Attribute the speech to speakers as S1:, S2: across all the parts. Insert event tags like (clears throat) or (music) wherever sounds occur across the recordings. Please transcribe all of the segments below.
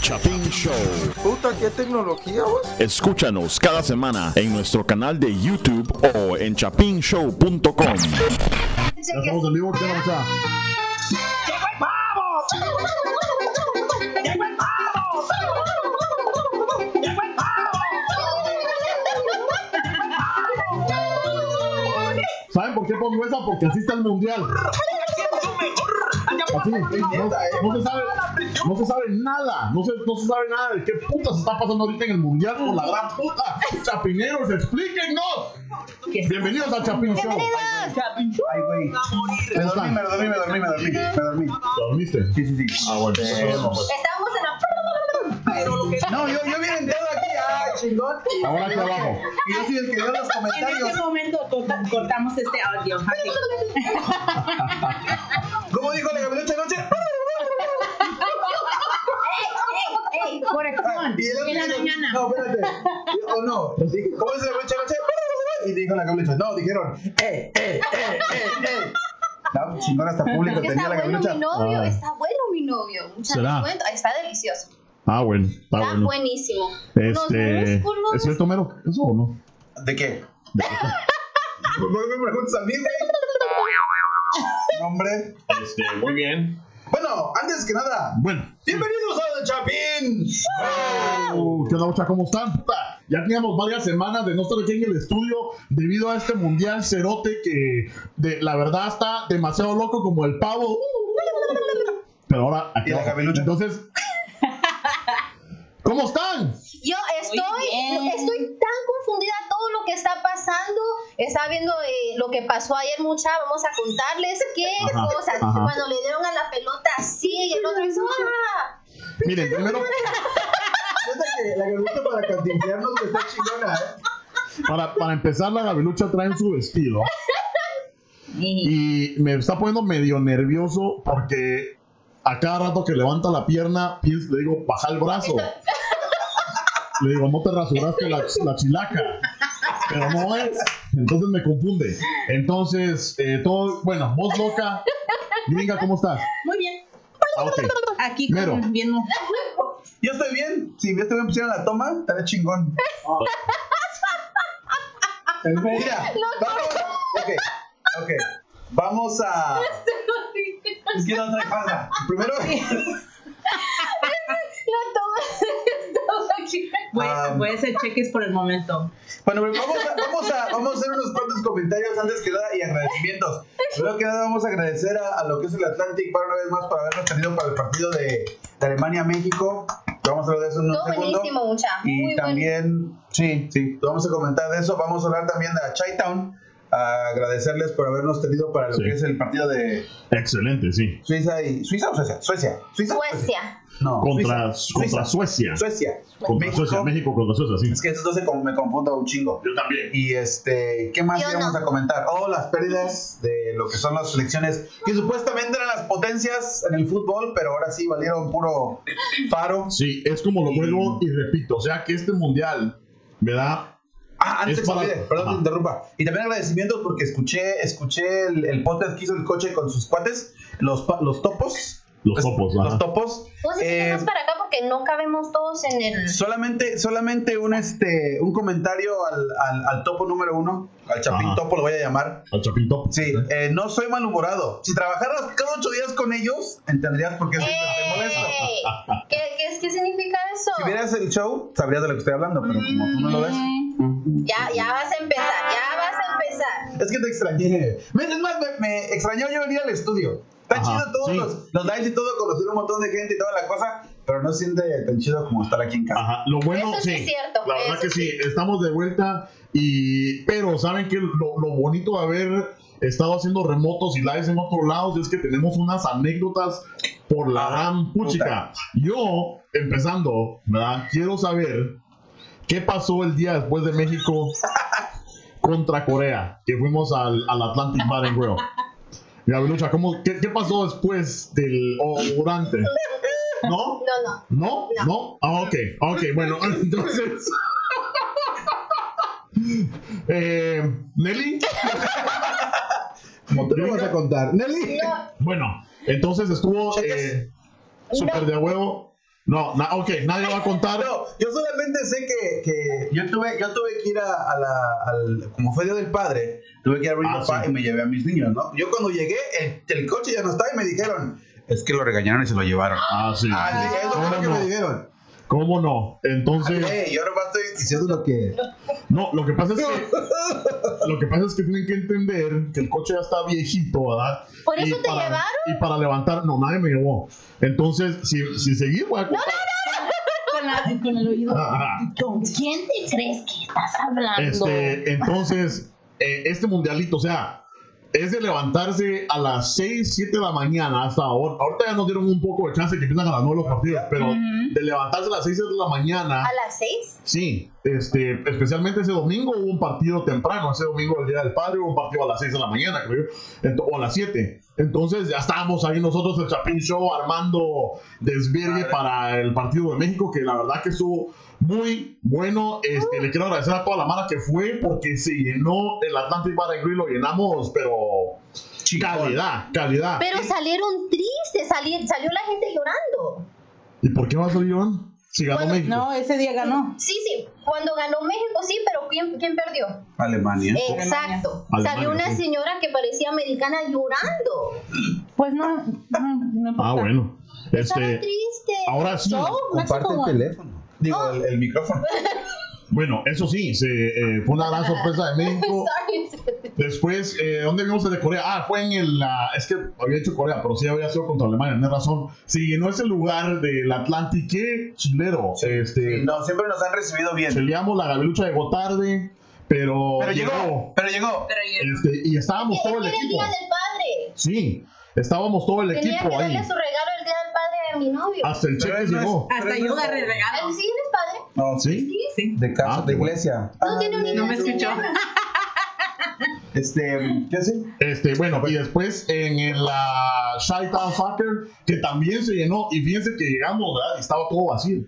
S1: Chapin Show.
S2: Puta, qué tecnología, vos.
S1: Escúchanos cada semana en nuestro canal de YouTube o en chapinshow.com.
S3: Ya estamos en vivo, ¿qué onda, muchacha?
S4: ¡Llegó el pavo! ¡Llegó el pavo! ¡Llegó el pavo!
S3: ¿Saben por qué pongo esa? Porque así está el mundial. Así, no, no se sabe, no se sabe nada, no se, no se sabe nada de qué puta se está pasando ahorita en el mundial por la gran puta. Chapineros, explíquennos. Bienvenidos a Chapin Show.
S5: Ay, güey. Me dormí, me dormí, me dormí, me dormí. Me dormí.
S3: ¿Dormiste?
S5: Sí, sí, sí.
S3: Ah, bueno.
S6: Estamos en la.
S5: No, yo, yo bien entero aquí. Ah, chingón.
S3: Ahora aquí abajo.
S5: Y yo soy el que dio los
S7: En este
S5: comentarios.
S7: momento corta- cortamos este audio.
S5: ¿Cómo dijo la gaviota anoche?
S6: ¡Ey, ey, ey!
S7: Corrección.
S5: Y el otro
S7: En la
S5: dijo,
S7: mañana.
S5: No, espérate. O no. Dijo, ¿Cómo dice la gaviota anoche? Y dijo la gaviota. No, dijeron. ¡Eh, eh, eh, eh, eh! La chingona hasta público
S6: Es que
S5: tenía la
S6: está bueno
S5: gaviota.
S6: mi novio,
S3: Ah.
S6: está bueno mi novio. Muchas
S3: ¿Será?
S6: cuento. Está delicioso.
S3: Ah, bueno, está
S6: Está
S3: bueno.
S6: buenísimo.
S3: Este,
S6: Unos músculos.
S3: ¿Es cierto, Mero? ¿Eso o no?
S5: ¿De qué? (laughs) ¿Por qué me preguntas a mí, güey? No, Hombre.
S3: Este, muy bien.
S5: Bueno, antes que nada,
S3: Bueno.
S5: bienvenidos a The Chapin.
S3: Oh, ¿Qué onda, mucha? ¿Cómo están? Pa, Ya teníamos varias semanas de no estar aquí en el estudio debido a este mundial cerote que de, la verdad está demasiado loco como el pavo. Pero ahora aquí
S5: Y la
S3: abajo.
S5: cabelucha.
S3: Entonces, ¿cómo están?
S6: Yo estoy,
S7: bien.
S6: estoy tan confundida todo lo que está pasando. Estaba viendo eh, lo que pasó ayer, mucha. Vamos a contarles qué
S3: Ajá,
S6: cosas.
S3: ajá.
S6: Cuando le dieron a la pelota así, y el otro hizo. ¡Ah!
S3: Miren, primero,
S5: Fíjate que la gaviota para cantinflarnos está chingona, ¿eh?
S3: para, para empezar, la gabelucha trae en su vestido.
S7: Sí.
S3: Y me está poniendo medio nervioso porque a cada rato que levanta la pierna, pienso- le digo, baja el
S5: (laughs)
S3: brazo. Le digo, no te rasuraste la, la chilaca. Pero no es. Entonces me confunde. Entonces, eh, todo, bueno, voz loca. Gringa, ¿cómo estás?
S7: Muy bien.
S3: Ah, ok.
S7: Aquí
S3: Mero.
S7: con- viendo.
S5: Yo estoy bien. Si yo estoy bien pusieron la toma, estaré chingón. Mira, vamos. Ok, ok. Vamos a. Es que no trae falda. Primero.
S6: La (laughs) toma. estaba aquí.
S7: Puede,
S5: Ah.
S7: puede ser cheques por el momento.
S5: Bueno, pero vamos a, vamos, a, vamos a hacer unos cuantos comentarios antes que nada y agradecimientos. Primero que nada vamos a agradecer a, a lo que es el Atlantic para una vez más por habernos tenido para el partido de, de Alemania-México. Vamos a hablar de eso en un
S6: Todo
S5: segundo.
S6: buenísimo, mucha.
S5: Y
S6: Ah, Muy bueno.
S5: también, sí, sí, vamos a comentar de eso. Vamos a hablar también de la Chi-Town. A agradecerles por habernos tenido para lo
S3: Sí.
S5: que es el partido de
S3: Excelente, sí.
S5: Suiza y... ¿Suiza o Suecia? Suecia. ¿Suiza?
S6: Suecia.
S5: No,
S3: Contra,
S5: Suiza. Suiza.
S3: contra Suecia.
S5: Suecia.
S3: Contra
S5: México.
S3: Suecia, México contra Suecia, sí.
S5: Es que esos dos se con- me confundo un chingo.
S3: Yo también.
S5: Y este, ¿qué más
S6: Yo
S5: íbamos
S6: no.
S5: a comentar? Oh, las pérdidas de lo que son las selecciones, que supuestamente eran las potencias en el fútbol, pero ahora sí valieron puro faro.
S3: Sí, es como lo vuelvo y repito. O sea, que este mundial me da
S5: Ah, antes
S3: Es
S5: que se
S3: para-
S5: olvide, perdón,
S3: Ajá.
S5: te interrumpa. Y también agradecimientos porque escuché, escuché el, el podcast que hizo el coche con sus cuates, los, pa- los topos. Pues,
S3: los topos.
S5: Los
S3: ajá.
S5: topos.
S6: Vos
S5: Eh,
S6: más para acá porque no cabemos todos en el.
S5: Solamente, solamente un este un comentario al, al, al topo número uno, al chapín
S3: Ajá.
S5: topo lo voy a llamar.
S3: Al Chapín Top.
S5: Sí, eh, no soy malhumorado. Si trabajaras cada ocho días con ellos, entenderías
S6: (laughs)
S5: por qué siempre estoy
S6: ¡Eh!
S5: molesto.
S6: ¡Ey! Eh, ¿Qué, qué, qué significa eso?
S5: Si vieras el show, sabrías de lo que estoy hablando, pero como tú no lo ves.
S6: Ya, ya vas a empezar, ya vas a empezar.
S5: Es que te extrañé. Mira, Es más, me, me extrañó yo venir al estudio. Está
S3: Ajá,
S5: chido todos
S3: sí.
S5: los, los lives y todo, conocer un montón de gente y toda la cosa, pero no se siente tan chido como estar aquí en casa.
S3: Ajá, lo bueno,
S6: Eso sí es cierto,
S3: La verdad
S6: eso
S3: que sí, estamos de vuelta y pero saben que lo, lo bonito de haber estado haciendo remotos y lives en otros lados es que tenemos unas anécdotas por la
S5: Ajá,
S3: gran
S5: puta.
S3: puchica. Yo, empezando, ¿verdad? quiero saber qué pasó el día después de
S6: (laughs)
S3: México contra Corea, que fuimos al, al Atlantic Bar and Grill. Gabelucha, ¿cómo, qué, ¿qué pasó después del o
S6: (laughs)
S3: durante? ¿No?
S6: No, no.
S3: ¿No? ¿No?
S6: No.
S3: Ah, ok, ok, bueno, (laughs) entonces. eh, Nelly,
S5: Como tú lo vas a contar. Nelly.
S6: No,
S3: bueno, Entonces estuvo
S5: Cheques.
S3: eh, súper de huevo. No, na- ok, nadie va a contar.
S5: No, yo solamente sé que, que yo tuve yo tuve que ir a, a la al, como fue día del padre tuve que ir a Ring
S3: Ah,
S5: of Fire
S3: sí.
S5: y me llevé a mis niños no yo cuando llegué el, el coche ya no estaba y me dijeron es que lo regañaron y se lo llevaron
S3: Ah, sí.
S5: ah sí eso fue lo que
S3: ¿Cómo
S5: me
S3: no?
S5: dijeron
S3: ¿Cómo no? Entonces,
S5: Ey, yo nomás estoy diciendo lo que
S3: no, lo que pasa es que lo que pasa es que tienen que entender que el coche ya está viejito, ¿verdad?
S6: ¿Por eso te llevaron?
S3: Y para levantar, no, nadie me llevó. Entonces, si, si seguí, voy a contar.
S7: Con, la- con el oído.
S3: Ajá.
S6: ¿Con quién te crees que estás hablando?
S3: Este, entonces, eh, este mundialito, o sea, es de levantarse a las 6, 7 de la mañana hasta ahora. Ahorita ya nos dieron un poco de chance que empiezan a las 9 los partidos, pero
S7: Ujú.
S3: de levantarse a las 6 de la mañana,
S6: ¿A las seis?
S3: sí, este, especialmente ese domingo hubo un partido temprano, ese domingo el Día del Padre hubo un partido a las 6 de la mañana, creo, ento- o a las 7. Entonces ya estábamos ahí nosotros, el Chapín Show, armando desvirgue para el partido de México, que la verdad que estuvo muy bueno. Este, Le quiero agradecer a toda la mara que fue, porque se llenó el Atlantic Bar and Grill, lo llenamos, pero calidad, calidad.
S6: Pero salieron tristes, sali- salió la gente llorando.
S3: ¿Y por qué va a salir Iván? Si ganó
S6: Bueno,
S3: México.
S7: No, ese día ganó.
S6: Sí, sí, cuando ganó México, sí, pero ¿quién, quién perdió?
S5: Alemania
S6: Eh, Exacto.
S3: Alemania,
S6: Salió una
S3: sí.
S6: señora que parecía americana llorando.
S7: Pues no, no, no importa.
S3: Ah, bueno.
S6: Estaba
S3: Este,
S6: triste. (laughs)
S3: ahora sí.
S7: Show,
S5: comparte el
S7: México.
S5: teléfono digo el, el micrófono
S3: Bueno, eso sí, se, eh, fue una gran sorpresa de
S6: (laughs)
S3: México.
S6: Sorry.
S3: Después, eh, ¿dónde vimos el de Corea? Ah, fue en el. la- es que había hecho Corea, pero sí había sido contra Alemania, tenés razón. Sí, no es el lugar del Atlántico, qué chilero. Este,
S5: no siempre nos han recibido bien
S3: Peleamos, la gavilucha llegó tarde, pero,
S5: pero llegó pero llegó
S7: Pero ya-
S3: Este, y estábamos
S6: Es que
S3: todo el
S6: era el
S3: equipo.
S6: día del padre.
S3: Sí, estábamos todo el
S6: Tenía que
S3: equipo
S6: darle
S3: ahí. Ah,
S6: su regalo el día del padre a mi novio.
S3: Hasta el
S5: Pero
S3: cheque
S5: él no es-
S3: llegó.
S7: Hasta yo agarré regalo.
S6: ¿Él sí eres padre?
S5: no
S3: ¿Sí?
S7: Sí.
S5: de casa
S3: Ah,
S5: de
S3: qué bueno.
S5: iglesia
S6: No tiene un
S7: No me escuchó.
S5: (laughs) este qué hace
S3: Este, bueno, y después en el, la Shy Town Soccer, que también se llenó, y fíjense que llegamos, ¿verdad? Y estaba todo vacío.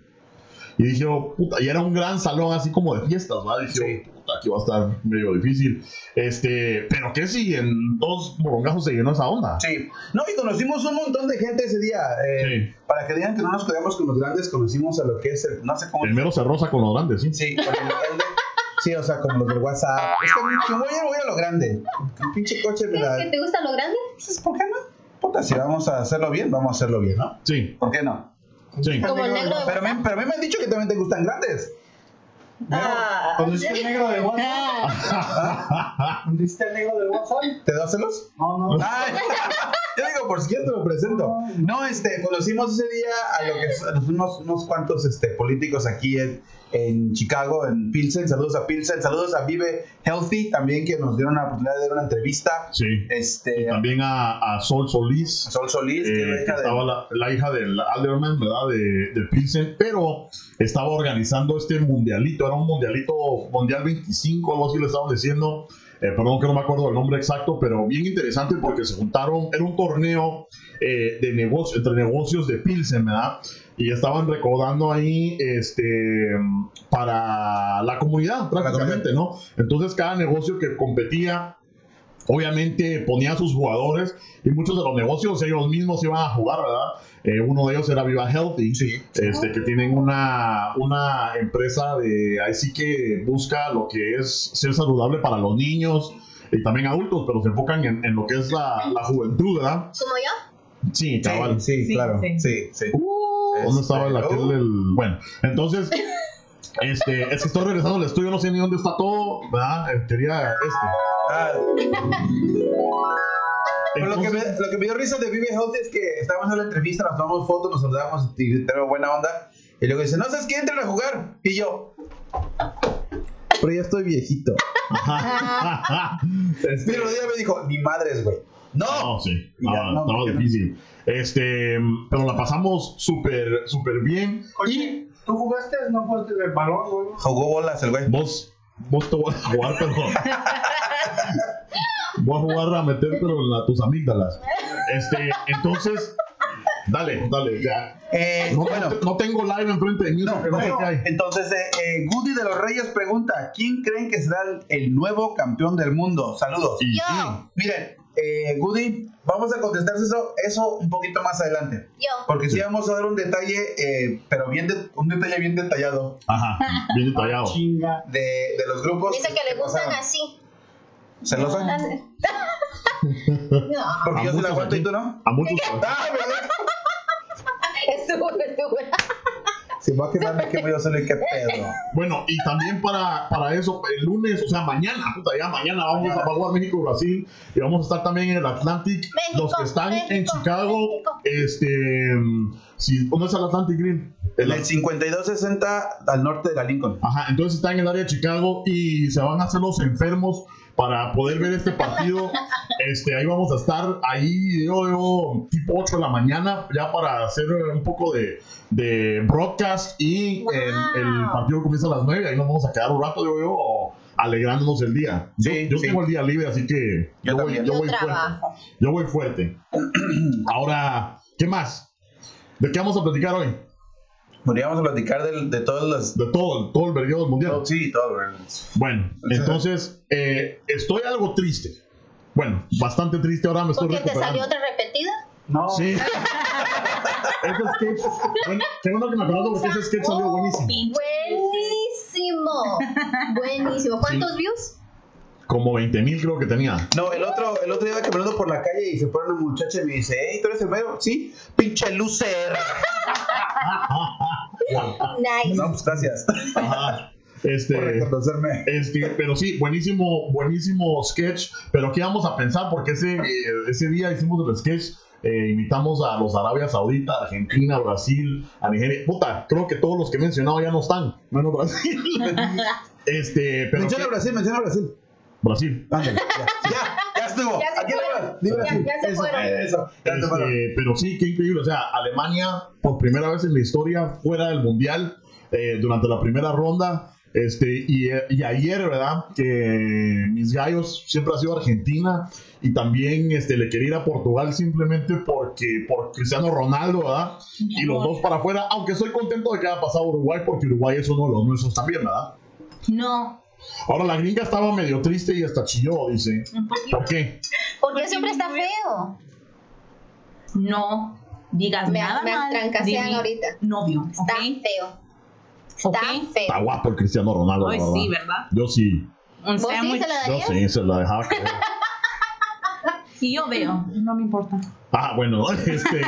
S3: Y dije, yo, puta, y era un gran salón así como de fiestas, ¿verdad? Dije, yo, puta, aquí va a estar medio difícil. Este, pero que si en dos morongajos se llenó esa onda.
S5: Sí. No, y conocimos un montón de gente ese día. eh,
S3: Sí.
S5: Para que digan que no nos quedamos con los grandes, conocimos a lo que es el. No sé cómo.
S3: Primero se rosa con los grandes, ¿sí?
S5: Sí, con el- el de- sí, o sea, con los del WhatsApp. Es que que voy a voy a lo grande. Un pinche coche, me
S6: ¿Crees
S5: la-
S6: que te gusta lo grande?
S5: Pues, ¿Por qué no? Puta, si vamos a hacerlo bien, vamos a hacerlo bien, ¿no?
S3: Sí,
S5: ¿Por qué no?
S3: sí.
S6: Como el negro de
S5: Pero, me, pero a mí me han dicho que también te gustan grandes.
S6: Ah.
S5: ¿Conociste al negro de (laughs) ¿Conociste al negro del WhatsApp? ¿Te dáselos? No, no. (laughs) yo digo, por si quieres te lo presento. No, este, conocimos ese día a lo que es- a los- unos, unos cuantos este, políticos aquí en, en Chicago, en Pilsen. Saludos a Pilsen, saludos a Vive Healthy también, que nos dieron la oportunidad de ver una entrevista.
S3: Sí.
S5: Este, a
S3: También a, a Sol Solís.
S5: Sol Solís, que
S3: eh,
S5: es la
S3: que
S5: hija de-
S3: estaba la, la hija del Alderman, ¿verdad? De, de Pilsen, pero estaba organizando este mundialito, era un mundialito, Mundial 25, algo así le estaban diciendo, eh, perdón que no me acuerdo el nombre exacto, pero bien interesante porque se juntaron, era un torneo eh, de negocio, entre negocios de Pilsen, ¿verdad? Y estaban recordando ahí este, para la comunidad,
S5: la comunidad.
S3: prácticamente, ¿no? Entonces cada negocio que competía obviamente ponía a sus jugadores y muchos de los negocios ellos mismos iban a jugar, ¿verdad? Eh, uno de ellos era Viva Healthy, este, que tienen una, una empresa de, ahí sí que busca lo que es ser saludable para los niños y también adultos, pero se enfocan en, en lo que es la, la juventud, ¿verdad?
S6: ¿Como yo?
S3: Sí, cabal.
S5: Sí, sí,
S7: Sí,
S5: claro. Sí,
S7: sí.
S5: sí.
S3: ¿Dónde estaba el
S5: Este,
S3: aquel del- Bueno, entonces... Este, es que estoy regresando al estudio, no sé ni dónde está todo, ¿verdad? Eh, Quería este.
S5: ah, Pero lo, que me,
S3: Entonces-
S5: lo que me dio risa de Vive Healthy es que estábamos en la entrevista, nos tomamos fotos, nos saludamos y tenemos buena onda. Y luego dice, no sabes que entren a jugar. Y yo, pero ya estoy (laughs) viejito.
S3: (laughs)
S5: Y el
S3: Este-
S5: otro día me dijo, ni madres, güey. No.
S3: No, sí.
S5: Ya,
S3: Ah,
S5: no,
S3: estaba
S5: porque no.
S3: difícil. Este, pero la pasamos súper, súper bien.
S2: Oye, ¿tú jugaste? ¿No jugaste el balón, güey?
S5: Jugó bolas el güey.
S3: Vos, vos te vas a jugar, (laughs) pero. Voy a jugar a meter, pero en la- tus amígdalas. Este, entonces. Dale, dale, ya.
S5: Eh,
S3: No,
S5: bueno,
S3: no tengo live enfrente de mí,
S5: no,
S3: porque no sé
S5: bueno,
S3: qué hay.
S5: entonces eh, eh, Goody de los Reyes pregunta, ¿quién creen que será el, el nuevo campeón del mundo? Saludos.
S3: Y
S6: Yo.
S3: sí,
S5: Miren, eh, Goody, vamos a contestar eso, eso un poquito más adelante.
S6: Yo.
S5: Porque sí, vamos a dar un detalle, eh, pero bien de- un detalle bien detallado
S3: Ajá, bien
S5: Ah,
S3: detallado.
S2: Chinga.
S5: de, de los grupos.
S6: Dice que le gustan
S5: pasaron.
S6: así. Ah,
S5: ¿Celosa?
S3: (laughs)
S6: No, (laughs)
S5: Porque
S3: A
S5: yo se la
S3: muchos
S5: aguanto y
S3: aquí.
S5: tú no.
S3: A muchos.
S5: Ah, ¿verdad?
S6: estuvo, estuvo.
S5: Si va a quedarme que yo solo y
S6: (laughs)
S5: qué pedo.
S3: Bueno, y también para, para eso, el lunes, o sea, mañana, puta, ya mañana vamos a va a jugar México-Brasil y vamos a estar también en el Atlantic.
S6: México,
S3: Los que están en
S6: México,
S3: Chicago,
S6: México.
S3: este. Si, ¿Dónde está el Atlantic Green?
S5: En
S3: El-
S5: el 5260 al norte de la Lincoln.
S3: Ajá, entonces están en el área de Chicago y se van a hacer los enfermos para poder ver este
S6: (laughs)
S3: partido. Este, ahí vamos a estar, ahí yo, yo, tipo 8 de la mañana, ya para hacer un poco de, de broadcast y
S6: Wow.
S3: el, el partido comienza a las 9, ahí nos vamos a quedar un rato, yo, yo, alegrándonos el día. Yo-
S5: Sí,
S3: yo
S5: sí.
S3: tengo el día libre, así que
S5: Yo
S3: yo, voy,
S5: también.
S3: yo
S6: Yo
S3: voy fuerte.
S6: trabajo.
S3: Yo voy fuerte. Ahora, ¿qué más? ¿De qué vamos a platicar hoy?
S5: Podríamos platicar del- de, todas las.
S3: De todo, todo el verguero del mundial.
S5: Sí, todo, ¿verdad?
S3: Bueno, entonces eh, estoy algo triste. Bueno, bastante triste ahora me estoy
S6: Porque te salió
S3: recuperando.
S6: otra repetida.
S2: No.
S3: Sí. (laughs) ese sketch, bueno, qué bueno que me acuerdo porque ese sketch salió buenísimo.
S6: Oh, Buenísimo. Buenísimo. ¿Cuántos views?
S3: Como 20 mil creo que tenía.
S5: No, el otro, el otro día iba caminando por la calle y se pone una muchacha y me dice, hey, ¿tú eres el mero? Sí, pinche lucer.
S3: Ah,
S6: Nice.
S5: No, pues gracias
S3: Ajá.
S5: por
S3: Este,
S5: reconocerme.
S3: este, pero sí, buenísimo, buenísimo sketch. Pero qué vamos a pensar porque ese, eh, ese día hicimos el sketch. eh, invitamos a los Arabia Saudita, Argentina, Brasil, a Nigeria. Puta, creo que todos los que he mencionado ya no están, menos
S6: (laughs)
S3: Brasil. Este, pero
S5: Menciona
S3: qué-
S5: Brasil, menciona Brasil.
S3: Brasil.
S5: Ándale, Ah, ya, ya, ya estuvo.
S6: Ya se
S5: Aquí
S6: fueron.
S5: hablas, di Brasil.
S6: Ya- ya se
S5: eso,
S6: fueron.
S5: Eso, ya se
S3: Este,
S5: fueron.
S3: pero sí, qué increíble. O sea, Alemania, por primera vez en la historia, fuera del Mundial, eh, durante la primera ronda. Este, y, y ayer, ¿verdad? Que mis gallos siempre ha sido Argentina. Y también este, le quería ir a Portugal simplemente porque por Cristiano Ronaldo, ¿verdad? Y los dos para afuera. Aunque estoy contento de que haya pasado Uruguay porque Uruguay es uno de los nuestros también, ¿verdad?
S7: No,
S3: Ahora la gringa estaba medio triste y hasta chilló, dice.
S7: un poquito.
S3: ¿Por qué?
S6: Porque siempre está feo.
S7: No digas
S6: Me-
S7: nada
S6: me
S7: mal
S6: trancasean
S7: de mi
S6: ahorita.
S7: Novio, ¿ok?
S6: Está feo. Está
S7: Ok.
S3: Está
S6: feo.
S3: guapo el Cristiano Ronaldo,
S7: Ay,
S3: la
S7: sí, ¿verdad?
S3: Yo sí,
S7: Un
S6: ¿Vos sí
S7: sándwich.
S6: se la
S3: Yo
S6: darías?
S3: sí, se la dejaba caer.
S7: Y yo veo, no me importa.
S3: Ah, bueno, (laughs) este.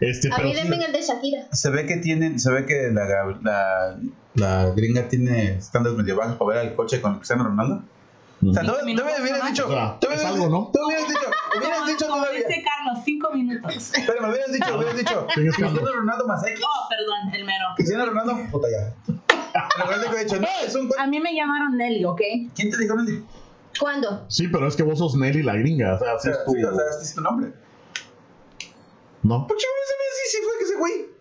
S3: Este,
S6: A
S3: pero.
S6: mí
S3: sí,
S6: denme el de Shakira.
S5: Se ve que tienen, se ve que la, gab- la, la gringa tiene estándares medio bajos para ver al coche con Cristiano Ronaldo. O sea,
S3: Ujú.
S5: tú, tú me hubieras dicho,
S3: O sea,
S5: tú me
S3: es
S5: hubieras-
S3: algo, ¿no?
S5: Tú me hubieras dicho, hubieras dicho
S7: Como
S5: todavía.
S7: dice Carlos, cinco minutos.
S5: Pero me hubieras dicho, hubieras dicho,
S3: Sí, es
S5: Cristiano
S3: cuando-
S5: Ronaldo más X.
S7: Oh, perdón, el mero.
S5: Cristiano Ronaldo, puta ya. Pero parece que he dicho, no, es un
S7: A
S5: coche.
S7: mí me llamaron Nelly, ¿ok?
S5: ¿Quién te dijo Nelly?
S6: ¿Cuándo?
S3: Sí, pero es que vos sos Nelly la gringa. O sea,
S5: Sí,
S3: así es tu.
S5: o sea, este es tu nombre.
S3: ¿No?
S5: ¿Por qué no se me dice si fue que ese güey?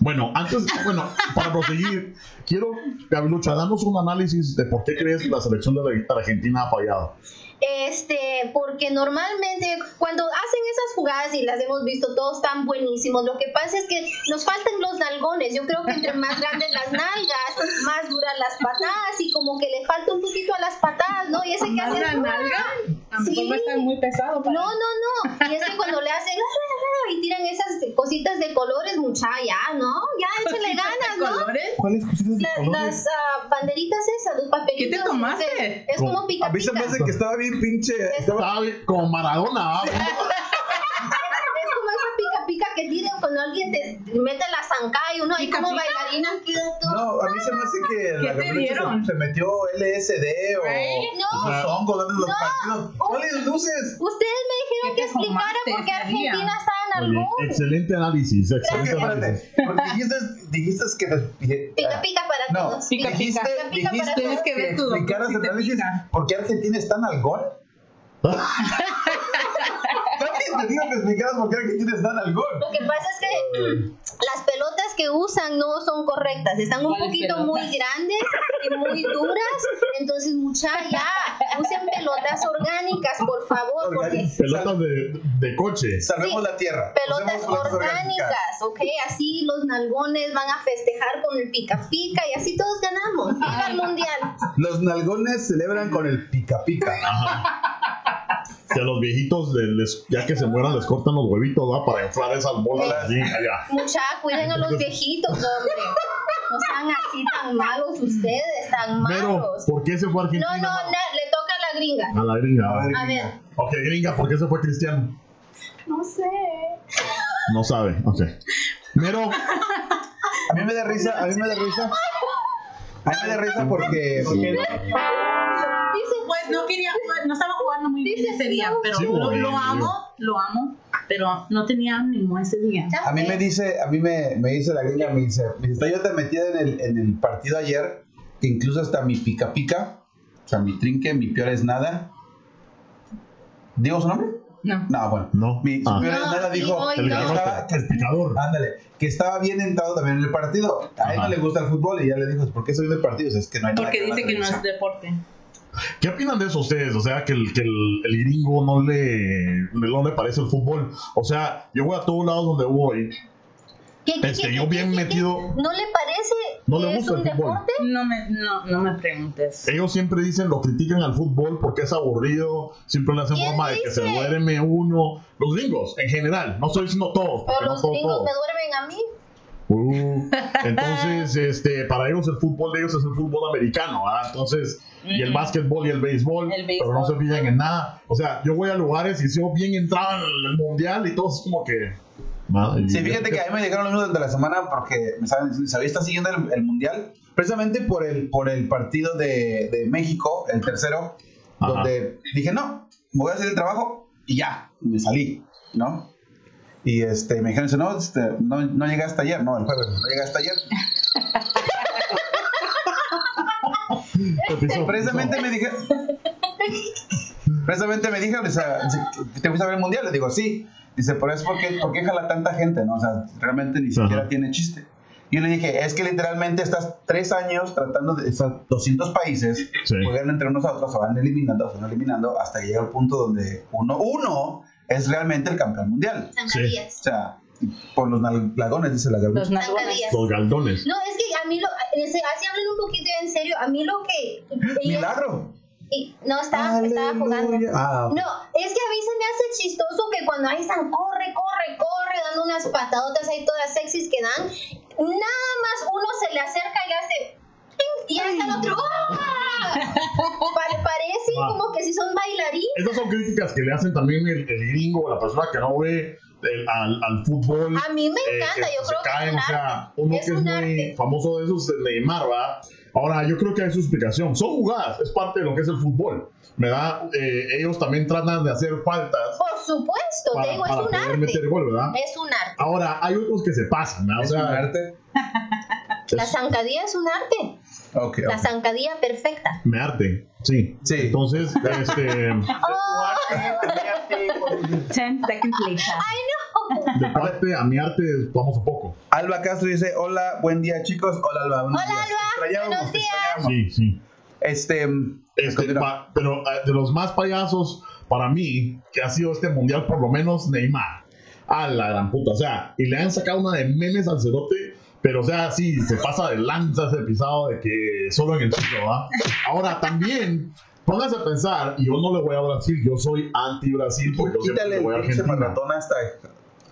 S3: Bueno, antes, bueno, para proseguir, quiero, Gabilucha, danos un análisis de por qué crees que la selección de la Argentina ha fallado.
S6: Este, porque normalmente cuando hacen esas jugadas y las hemos visto todos tan buenísimos, lo que pasa es que nos faltan los nalgones. Yo creo que entre más grandes las nalgas, más duran las patadas y como que le falta un poquito a las patadas, ¿no? Y ese que hace.
S7: A lo mejor
S6: Sí.
S7: va a estar muy pesado para
S6: No, no, no. Y es que cuando le hacen ¡ah, y tiran esas cositas de colores, mucha, ya, ¿no, ya échale ganas, ¿no?
S7: colores.
S5: ¿Cuáles cositas
S6: La- las ah, banderitas esas, los papelitos.
S7: ¿Qué te tomaste?
S6: entonces, Es como pica
S5: A mí se me
S6: pica.
S5: hace que estaba bien pinche. Estaba...
S3: Estaba como Maradona, ¿verdad?
S6: Es como esa pica pica que tiran cuando alguien te mete la zancada y uno ahí
S7: ¿Pica,
S6: como
S7: pica?
S6: bailarina queda todo.
S5: No, a mí se me hace que la
S7: te
S5: Gabriela
S7: dieron?
S5: se, se metió LSD o
S7: Right?
S6: No.
S5: esos hongos dándole los
S6: No.
S5: partidos. ¡Cuáles luces!
S6: Ustedes me dijeron
S7: ¿Qué
S6: que
S7: te
S6: explicara
S7: tomaste
S6: por qué
S7: ese día?
S6: Argentina está en
S3: Muy bien,
S6: algún.
S3: Excelente análisis,
S5: Porque,
S3: excelente análisis.
S5: espérate, porque dijiste, dijiste que. des- eh,
S6: Pica pica para
S5: No,
S6: todos.
S7: Pica,
S5: dijiste,
S6: pica. Pica, pica para
S5: dijiste
S7: Tienes
S6: todos.
S7: que ver tu doctor
S5: explicaras
S7: si te
S5: análisis
S7: pica.
S5: por qué Argentina es tan algón.
S6: (laughs)
S5: También te digo que explicaras por qué Argentina es tan algón.
S6: Lo que pasa es que (clears throat) las pelotas que usan no son correctas, están un
S7: ¿Cuáles
S6: poquito
S7: pelotas?
S6: muy grandes y muy duras, entonces mucha ya, usen pelotas orgánicas, por favor, porque
S5: Orgánicas.
S3: Pelotas de, de coche.
S5: Salvemos
S6: Sí.
S5: la tierra.
S6: pelotas
S5: usemos plantas
S6: orgánicas, ¿ok? Así los nalgones van a festejar con el pica pica y así todos ganamos, viva el mundial.
S5: Los nalgones celebran con el pica pica.
S3: que a los viejitos, de- les- ya que se mueran, les cortan los huevitos ¿va? para inflar esas bolas así, allá.
S6: Mucha, cuiden a los viejitos, hombre. No sean así tan malos ustedes, tan
S3: Pero,
S6: malos.
S3: ¿por qué se fue a
S6: No,
S3: Argentina?
S6: no, na- le toca a la gringa.
S3: A la gringa.
S5: A
S3: ¿va?
S5: ver,
S6: A ver,
S3: Ok, gringa, ¿por qué se fue Cristiano?
S7: (laughs)
S6: no sé.
S3: No sabe, ok. Mero,
S5: A mí me da risa, a mí me da risa. A mí me da risa porque. porque
S6: Dice,
S7: Pues no quería jugar, no estaba jugando muy bien
S6: Dice,
S7: ese día, pero
S3: Sí,
S7: lo,
S3: güey,
S7: lo amo, lo amo, pero no tenía ánimo ese día.
S5: a mí me dice, a mí me, me dice la gringa, me dice, me dice, "Estoy yo te metida en el, en el partido ayer, que incluso hasta mi pica pica, o sea, mi trinque, mi peor es nada. ¿Digo su nombre?
S7: No.
S5: No, bueno.
S3: No.
S5: Mi, su
S3: Ah.
S5: peor es
S6: No,
S5: nada dijo
S6: digo,
S5: que
S3: el
S6: no.
S5: estaba-
S3: garrote,
S5: que-
S3: el picador.
S5: Ándale, que estaba bien entrado también en el partido. A él
S3: Ajá.
S5: no le gusta el fútbol y ya le dijo, ¿por qué soy del partido? O sea, es que no hay nada
S7: Porque
S5: ver en la
S7: dice que no es
S5: televisión".
S7: deporte.
S3: ¿Qué opinan de eso ustedes? O sea, que el, que el, el gringo no le, no le parece el fútbol. O sea, yo voy a todos lados donde voy.
S6: ¿Qué, qué,
S3: Este,
S6: qué,
S3: yo
S6: qué,
S3: bien
S6: qué, qué?
S3: metido.
S6: ¿No le parece
S3: No le
S6: que es
S3: gusta
S6: un
S3: el fútbol.
S6: deporte?
S7: No me, no, no me preguntes.
S3: Ellos siempre dicen, lo critican al fútbol porque es aburrido. Siempre le hacen
S6: ¿Quién
S3: broma de que se
S6: dice?
S3: duerme uno. Los gringos, en general. No estoy diciendo todos.
S6: O
S3: Porque no
S6: los
S3: son
S6: gringos
S3: todos.
S6: me duermen a mí.
S3: Uh,
S7: (laughs)
S3: entonces, este, para ellos el fútbol de ellos es el fútbol americano, ¿ah? Entonces, y el
S7: Ujú.
S3: básquetbol y el béisbol,
S7: El
S3: pero no se
S7: béisbol.
S3: fijan en nada. O sea, yo voy a lugares y sigo bien entrado en el mundial y todo es como que. madre
S5: Sí,
S3: mía.
S5: fíjate
S3: (laughs)
S5: que a mí me llegaron los números de la semana porque me saben, se había estado siguiendo el, el mundial, precisamente por el, por el partido de, de México, el tercero,
S3: Ajá.
S5: donde dije, no, me voy a hacer el trabajo y ya, y me salí, ¿no? Y este, me dijeron, eso, no, este, no, no llegaste ayer, no, el jueves, no llegaste ayer.
S3: Te
S5: (laughs)
S3: pisó,
S5: Precisamente me dije, precisamente me dijeron, o sea, ¿te fuiste a ver el mundial? Le digo, sí. Dice, pero es porque, porque jala tanta gente, ¿no? O sea, realmente ni siquiera
S3: Ajá.
S5: tiene chiste. Y yo le dije, es que literalmente estás tres años tratando de, estos 200 países,
S3: Sí.
S5: juegan entre unos a otros, se van eliminando, se van eliminando, hasta que llega el punto donde uno, uno es realmente el campeón mundial. O
S6: Zancadillas.
S5: sea, por los nalgones, dice la garganta.
S7: Los nalgones.
S6: Zancadillas.
S3: Los galdones.
S6: No, es que a mí lo. eh, ese- Así hablan un poquito en serio. A mí lo que. y-
S5: Milagro.
S6: y- no, estaba, estaba jugando.
S5: Aleluya. Ah,
S6: No, es que a mí se me hace chistoso que cuando ahí están, corre, corre, corre, dando unas patadotas ahí todas sexys que dan, nada más uno se le acerca y le hace. ¡ting! Y ahí está el otro. ¡ah! Pa- parece
S3: Ah.
S6: como que si son bailarines.
S3: Esas son críticas que le hacen también el, el gringo o la persona que no ve el- al, al fútbol.
S6: A mí me
S3: eh,
S6: encanta,
S3: que
S6: yo
S3: se
S6: creo que
S3: caen,
S6: es un
S3: o sea,
S6: arte.
S3: uno
S6: Es
S3: que es
S6: un
S3: muy
S6: arte.
S3: famoso de esos es Neymar, ¿verdad? Ahora, yo creo que hay su explicación. Son jugadas, es parte de lo que es el fútbol, ¿verdad? Eh, ellos también tratan de hacer faltas
S6: Por supuesto, te
S3: para,
S6: digo, es
S3: para
S6: un
S3: poder
S6: arte.
S3: meter gol, ¿verdad?
S6: Es un arte.
S3: Ahora, hay otros que se pasan, ¿verdad? O
S5: es un
S3: sea,
S5: arte.
S3: es-
S6: La zancadilla es un arte.
S5: Ok,
S6: La
S5: ok.
S6: zancadilla perfecta.
S3: me arte, sí.
S5: Sí.
S3: Entonces,
S5: (laughs)
S3: este,
S6: ¡Oh! (laughs)
S7: Ten seconds later.
S3: de parte a mi arte vamos a poco.
S5: Alba Castro dice, hola, buen día chicos. Hola Alba, buenos
S6: Hola,
S5: días.
S6: Alba,
S5: Extrañamos,
S6: buenos días.
S5: extrañamos.
S3: Sí, sí.
S5: Este,
S3: Este,
S5: Continúa.
S3: pa- pero eh, de los más payasos para mí que ha sido este mundial, por lo menos Neymar. A la gran puta. O sea, y le han sacado una de memes al cerote, pero o sea, sí, se pasa de lanza ese pisado de que solo en el chico, ¿va? Ahora también, póngase a pensar, y yo no le voy a Brasil, yo soy anti-Brasil porque yo siempre
S5: quítale
S3: le
S5: el
S3: voy a
S5: pinche
S3: Argentina
S5: maratón hasta...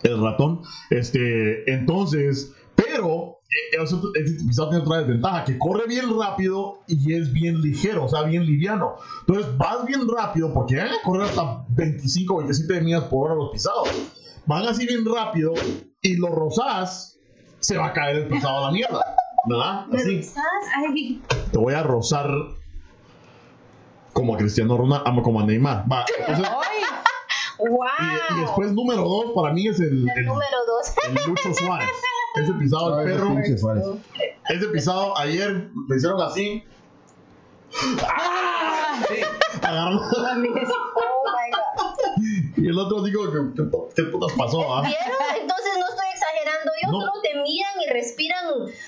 S3: el ratón. Este, entonces, pero eh, es otro- es- quizá tiene otra desventaja, que corre bien rápido y es bien ligero, o sea, bien liviano. Entonces, vas bien rápido porque van a correr hasta 25, 27 millas por hora los pisados. Van así bien rápido y los rozás, se va a caer el pisado a la mierda. ¿Verdad? Así.
S7: Ay,
S3: Te voy a rozar como a Cristiano Ronaldo, amo como a Neymar. Va, entonces,
S6: ¡Wow!
S3: y, y después número dos para mí es el-
S6: El
S3: el,
S6: número dos.
S3: el Lucho Suárez. Ese pisado del perro. Ese pisado ayer me hicieron así. ¡Ah! Agarró.
S6: Oh my God.
S3: Y el otro digo, ¿qué, qué pu- qué putas pasó? ah?
S6: ¿Vieron? Entonces no estoy exagerando. Ellos
S3: No.
S6: solo te miran y respiran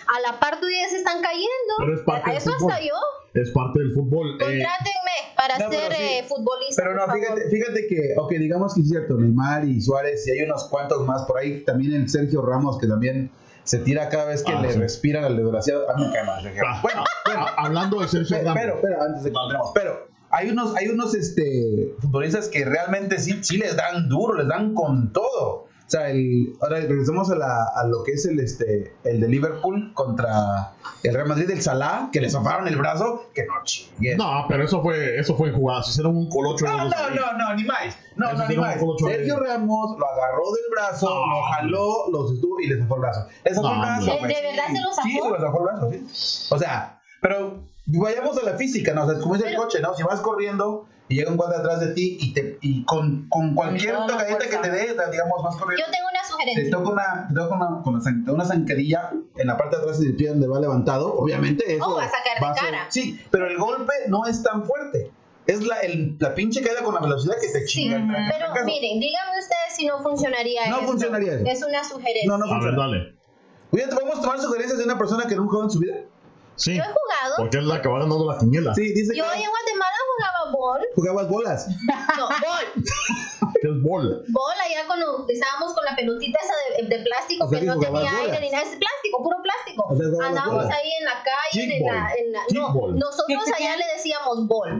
S6: a la par tuya y se están cayendo.
S3: Pero es parte
S6: A
S3: del
S6: Eso
S3: fútbol.
S6: hasta yo.
S3: Es parte del fútbol. Eh,
S6: Contrátenme para
S5: no, pero
S6: ser
S5: sí.
S6: eh, futbolista.
S5: Pero
S6: por
S5: no,
S6: favor.
S5: fíjate, fíjate que, ok, digamos que es cierto, Neymar y Suárez, y hay unos cuantos más por ahí, también el Sergio Ramos, que también se tira cada vez que
S3: Ah,
S5: le
S3: sí.
S5: respiran al desgraciado. A mí me Ah, cae mal, Sergio Ramos.
S3: ah, ah, hablando de Sergio
S5: Pero,
S3: (laughs) Ramos.
S5: pero, pero, antes de que entremos, pero Hay unos, hay unos este, futbolistas que realmente sí, sí les dan duro, les dan con todo. O sea, el, ahora regresemos a, la, a lo que es el, este, el de Liverpool contra el Real Madrid, el Salah, que le zafaron el brazo, que no chinguen.
S3: No, pero eso fue, eso fue en jugadas. Hicieron un colocho. de
S5: No,
S3: dos
S5: no,
S3: ahí.
S5: no, no, ni más. No,
S3: Eso
S5: no,
S3: sí
S5: ni
S3: no me
S5: más.
S3: acuerdo, chaval.
S5: Sergio Ramos lo agarró del brazo, lo jaló, lo estuvo y le zafó el brazo. Le zafó el
S3: Ah. No,
S5: brazo.
S6: hombre.
S5: güey,
S6: ¿De- de
S5: sí.
S6: verdad se lo zafó?
S5: Sí, se lo zafó el brazo, sí. O sea, pero vayamos a la física, ¿no? O sea, como es el
S6: Pero-
S5: coche, ¿no? Si vas corriendo y llega un cuadro atrás de ti y, te, y con, con cualquier
S7: toda la
S5: tocadita que
S7: fuerza.
S5: te dé, digamos, vas corriendo
S6: Yo tengo una
S5: te
S6: sugerencia.
S5: toca una, te toca una, con la zan- una zancadilla en la parte de atrás del pie donde va levantado, obviamente eso
S6: Oh, va a sacar de
S5: ser-
S6: cara.
S5: sí, pero el golpe no es tan fuerte. Es la, el- la pinche caída con la velocidad que te
S6: Sí,
S5: chinga. el trancazo.
S6: pero miren, díganme ustedes si no funcionaría
S5: No
S6: esto.
S5: funcionaría eso.
S6: Es una sugerencia.
S5: no, no
S3: A ver,
S5: funciona.
S3: dale.
S5: Oye, ¿te podemos tomar sugerencias de una persona que nunca jugó en su vida?
S3: Sí.
S6: Yo he jugado.
S3: Porque es la que va ganando la quiniela.
S5: Sí, dice
S6: Yo en
S5: que
S6: Guatemala jugaba bol.
S5: jugabas bolas.
S6: (laughs)
S5: (laughs)
S6: No, bol.
S3: Que es bola.
S6: Bol allá cuando estábamos con la pelotita esa de, de plástico
S5: O sea,
S6: que
S5: que
S6: no
S5: jugabas
S6: tenía
S5: bola.
S6: aire ni nada. Es plástico, puro plástico.
S5: O sea, jugabas
S6: Andábamos
S5: bola.
S6: ahí en la calle. En
S3: Kickball.
S6: la, en la- no,
S3: Kickball.
S6: nosotros
S7: ¿Qué te
S6: allá
S7: queda?
S6: le decíamos bol.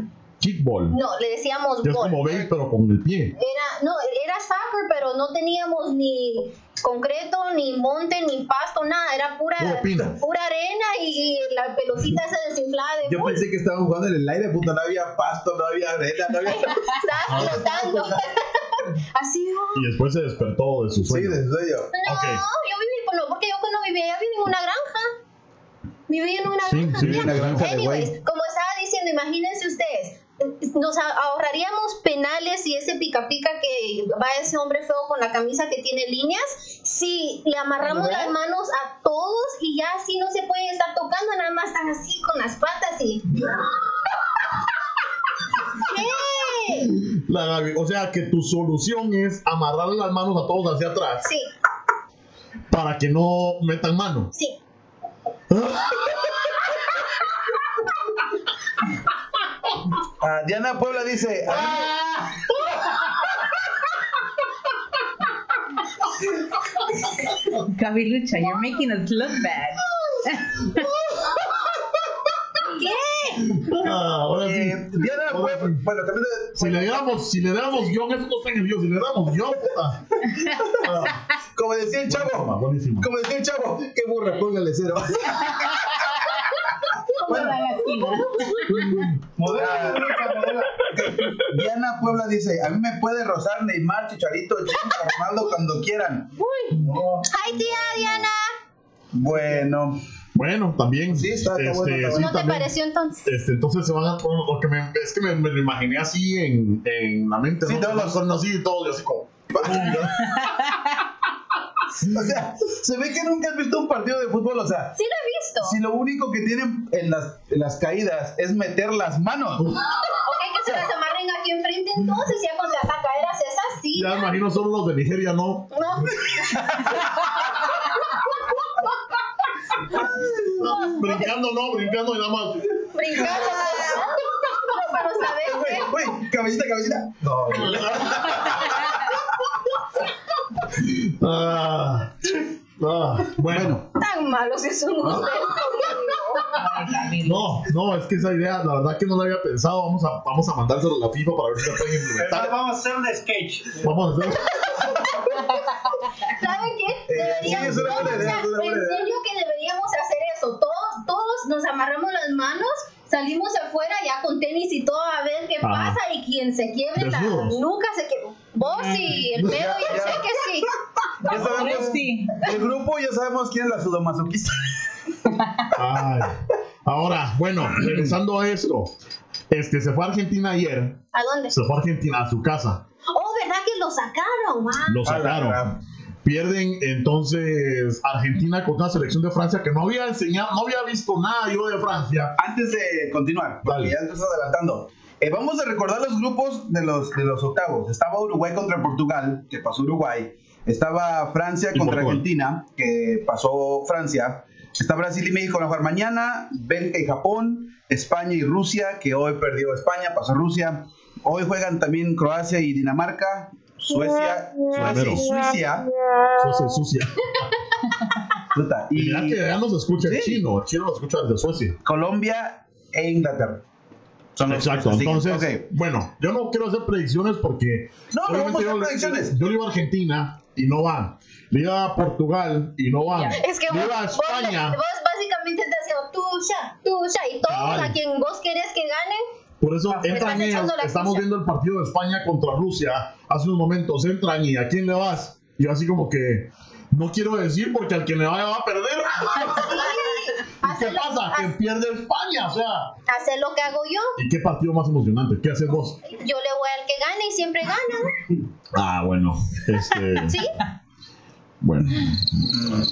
S3: Kickball.
S6: No, le decíamos
S3: Que es
S6: bol.
S3: como veis, pero con el pie.
S6: Era, no, era soccer, pero no teníamos ni concreto, ni monte, ni pasto, nada. Era pura,
S3: Puro pino.
S6: pura arena y, y la pelotita esa desinflada de
S5: Yo
S6: bol.
S5: pensé que estaban jugando en el aire, puta, no había pasto, no había arena, no
S6: (laughs)
S5: había...
S6: Ah, Estaba flotando. (laughs) Así, ah.
S3: Y después se despertó de su
S5: Sí,
S3: sueño.
S5: eso soy yo.
S6: No,
S3: Ok.
S6: yo viví, no, porque yo cuando vivía allá viví en una granja. Viví en una
S3: Sí,
S6: granja.
S3: sí,
S6: mira.
S3: en la
S5: granja de
S6: Anyways,
S5: güey.
S6: como estaba diciendo, imagínense ustedes, nos a- ahorraríamos penales y ese pica pica que va ese hombre feo con la camisa que tiene líneas, si le amarramos
S7: ¿Verdad?
S6: las manos a todos y ya así no se pueden estar tocando, nada más están así con las patas y... ¿Qué?
S3: La Gaby, o sea que tu solución es amarrarle las manos a todos hacia atrás
S6: Sí,
S3: para que no metan mano.
S6: sí.
S5: Ah, Diana Puebla dice... a mí-
S7: Gaby Lucha, you're making us look bad.
S6: ¿Qué?
S3: Ah, ahora sí.
S5: Eh, Diana
S3: Ahora
S5: Puebla...
S3: sí.
S5: Bueno, pues, también...
S3: Si le damos, si le damos guión, eso no está en el guión. Si le damos guión, puta.
S5: Como decía el chavo...
S3: Buenísima, buenísima.
S5: Como decía el chavo, qué burra, póngale (laughs) cero.
S7: Como la latina.
S5: Modela, modela. Diana Puebla dice, a mí me puede rozar Neymar, Chicharito, Chicharito, Ronaldo cuando quieran.
S6: ¡Ay, tía Diana!
S5: Bueno, (laughs)
S3: Bueno, también. este,
S5: Sí, está- está bueno, está
S6: ¿No
S5: bueno.
S6: te
S3: también.
S6: pareció entonces?
S3: Este, entonces se van a bueno, porque me, es que me, me lo imaginé así en, en la mente.
S5: Sí,
S3: ¿no?
S5: todos
S3: Se
S5: los-
S3: van así y todo, y así como.
S5: o sea, se ve que nunca has visto un partido de fútbol, o sea,
S6: Sí lo he visto.
S5: si lo único que tienen en las, en las caídas es meter las manos.
S6: (laughs) Ok, que se las amarren aquí enfrente entonces, ya con las sacaderas esas, sí.
S3: Ya me imagino solo los de Nigeria, no.
S6: No, (laughs)
S3: Brincando, no, brincando y nada más. (laughs)
S6: brincando. (laughs) No, pero ¿sabes
S5: Güey,
S6: qué?
S5: güey, cabecita, cabecita. No, güey.
S3: Ah, ah, bueno,
S6: Tan malos que son ustedes
S3: (laughs)
S6: conmigo.
S3: no, no, es que esa idea, la verdad que no la había pensado. Vamos a, vamos a mandársela a la FIFA para ver si la pueden implementar.
S2: Vamos a hacer un sketch.
S3: Vamos a hacer.
S6: ¿Saben qué?
S5: Eh, sí,
S6: Deberíamos,
S5: es una buena
S6: o
S5: idea,
S6: sea,
S5: es una buena
S6: en
S5: idea.
S6: serio que deberíamos hacer eso. Todos, todos nos amarramos las manos, salimos afuera ya con tenis y todo a ver qué
S3: Ajá.
S6: pasa y quien se quiebre la
S3: Desnudos. Mm.
S6: nuca se quiebre. Vos y el pedo y el
S5: Ya, ya.
S6: cheque sí.
S5: Ya sabemos,
S7: Ahora sí.
S5: el grupo ya sabemos quién es la sudomasoquista.
S3: Ay. Ahora, bueno, regresando a esto. Este, se fue a Argentina ayer.
S6: ¿A dónde?
S3: Se fue a Argentina a su casa.
S6: Oh, ¿verdad que lo sacaron? Ah. Wow.
S3: Lo sacaron. Pierden entonces Argentina contra una selección de Francia que no había enseñado, no había visto nada yo de Francia.
S5: Antes de continuar, porque
S3: Dale.
S5: ya te estás adelantando. eh, vamos a recordar los grupos de los, de los octavos. Estaba Uruguay contra Portugal, que pasó Uruguay. Estaba Francia
S3: Y
S5: contra
S3: Portugal.
S5: Argentina, que pasó Francia. Está Brasil y México en la jugar mañana. Bélgica y Japón. España y Rusia, que hoy perdió España, pasó Rusia. Hoy juegan también Croacia y Dinamarca. Suecia, Suecia y Suiza.
S3: Suecia, sucia.
S5: Puta,
S3: Y
S5: Y
S3: mirá que ya nos escucha el
S5: Sí.
S3: chino. El chino lo escucha desde Suecia.
S5: Colombia e Inglaterra. Son los
S3: Exacto,
S5: que se siguen.
S3: entonces,
S5: Ok.
S3: bueno, yo no quiero hacer predicciones porque.
S5: No, no vamos a
S3: obviamente
S5: hacer
S3: yo le-
S5: predicciones.
S3: Yo le iba a Argentina y no van. Le iba a Portugal y no van.
S6: Es que
S3: le
S6: vos,
S3: iba a
S6: vos-
S3: España.
S6: vos básicamente estás diciendo tuya, tuya, y todos
S3: Cabal.
S6: a quien vos querés
S5: (laughs)
S6: que ganen.
S3: Por eso entran
S6: estás
S3: ellos.
S6: echando la
S3: Estamos
S6: ficha.
S3: viendo el partido de España contra Rusia hace unos momentos. Entran y ¿a quién le vas? Y yo así como que. No quiero decir porque al que le vaya va a
S6: (laughs)
S3: perder. ¿Y ¿Qué
S6: Hacelo-
S3: pasa? Que
S6: haz-
S3: pierde España, o sea.
S6: Hacer lo que hago yo.
S3: ¿Y qué partido más emocionante? ¿Qué haces vos?
S6: Yo le voy al que gane y siempre ganan.
S3: Ah, bueno.
S5: (laughs)
S3: Este,
S6: ¿Sí?
S5: Ah,
S3: Bueno. Mm.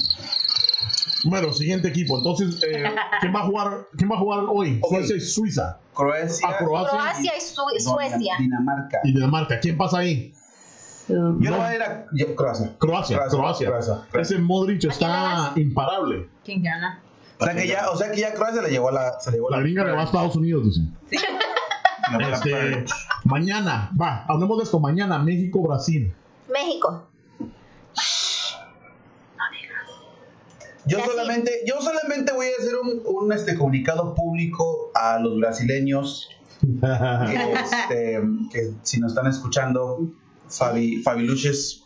S3: Bueno, siguiente equipo. Entonces, eh, ¿quién, va a jugar, ¿quién va a jugar hoy?
S5: Ok.
S3: Suecia y Suiza.
S5: Croacia.
S3: A Croacia,
S6: Croacia y Su-
S5: y
S6: Suecia.
S5: Dinamarca.
S3: y Dinamarca. ¿Quién pasa ahí?
S5: Yo no voy a ir a yo- Croacia.
S3: Croacia,
S5: Croacia,
S3: Croacia.
S5: Croacia, Croacia.
S3: Ese Modric
S6: ¿A
S3: está imparable.
S7: ¿Quién gana?
S5: O sea que ya, o sea que ya Croacia le llevó la, se le llevó
S3: La
S5: la.
S3: gringa le va a Estados Unidos, dicen.
S5: la- la-
S3: Este, mañana, va, hablemos de esto. Mañana, México-Brasil.
S6: México.
S5: Yo
S6: Brasil.
S5: solamente, yo solamente voy a hacer un, un, este comunicado público a los
S3: (laughs)
S5: brasileños que, este, que si nos están escuchando, Fabi, Fabi Luches,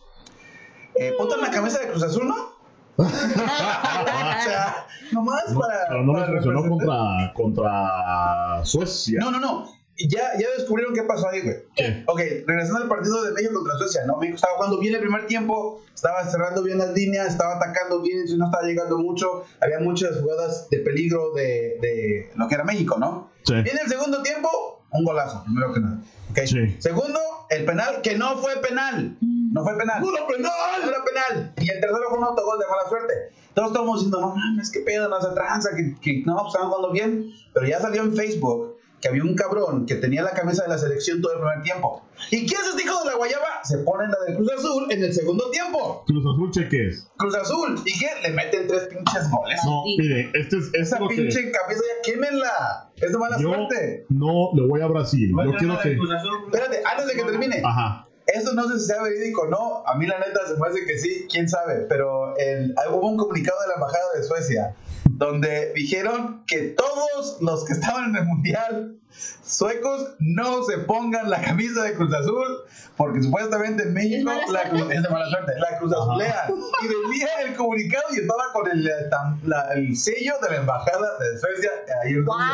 S5: eh, ponte en la camisa de Cruz Azul, ¿no? (laughs) o sea, nomás para.
S3: Pero no
S5: para
S3: les funcionó
S5: representar.
S3: contra, contra Suecia.
S5: No, no, no. Ya, ya descubrieron qué pasó ahí, güey.
S3: ¿Qué?
S5: Ok, regresando al partido de México contra Suecia, ¿no? México estaba jugando bien el primer tiempo, estaba cerrando bien las líneas, estaba atacando bien, no estaba llegando mucho, había muchas jugadas de peligro de, de lo que era México, ¿no?
S3: Sí.
S5: Y en el segundo tiempo, un golazo, primero que nada. Ok.
S3: Sí.
S5: Segundo, el penal, que no fue penal. No fue penal. ¡No era penal! ¡No era penal! Y el tercero fue un autogol de mala suerte. Entonces estamos diciendo, no mames, qué pedo, no se tranza, que, que no, pues estaban jugando bien. Pero ya salió en Facebook que había un cabrón que tenía la camisa de la selección todo el primer tiempo. ¿Y quién es este hijo de la guayaba? Se pone en la del Cruz Azul en el segundo tiempo.
S3: Cruz Azul, cheques.
S5: Cruz Azul. ¿Y qué? Le meten tres pinches goles.
S3: No,
S7: Sí.
S3: miren, este es, este
S5: Esa
S3: es lo que-
S5: pinche camisa ya quémenla. Es de mala
S3: Yo
S5: suerte.
S3: no le voy a Brasil. Yo quiero que.
S5: Espérate, antes de que termine.
S3: Ajá.
S5: Eso no sé si sea verídico o no. A mí, la neta, se me hace que sí, quién sabe. Pero el- hubo un comunicado de la Embajada de Suecia donde dijeron que todos los que estaban en el Mundial suecos no se pongan la camisa de Cruz Azul porque supuestamente en México
S7: mala
S5: la, Cruz- es de mala suerte, la Cruz Azulea. Y venía el comunicado y estaba con el, eh, tam- la- el sello de la Embajada de Suecia ahí en Rusia.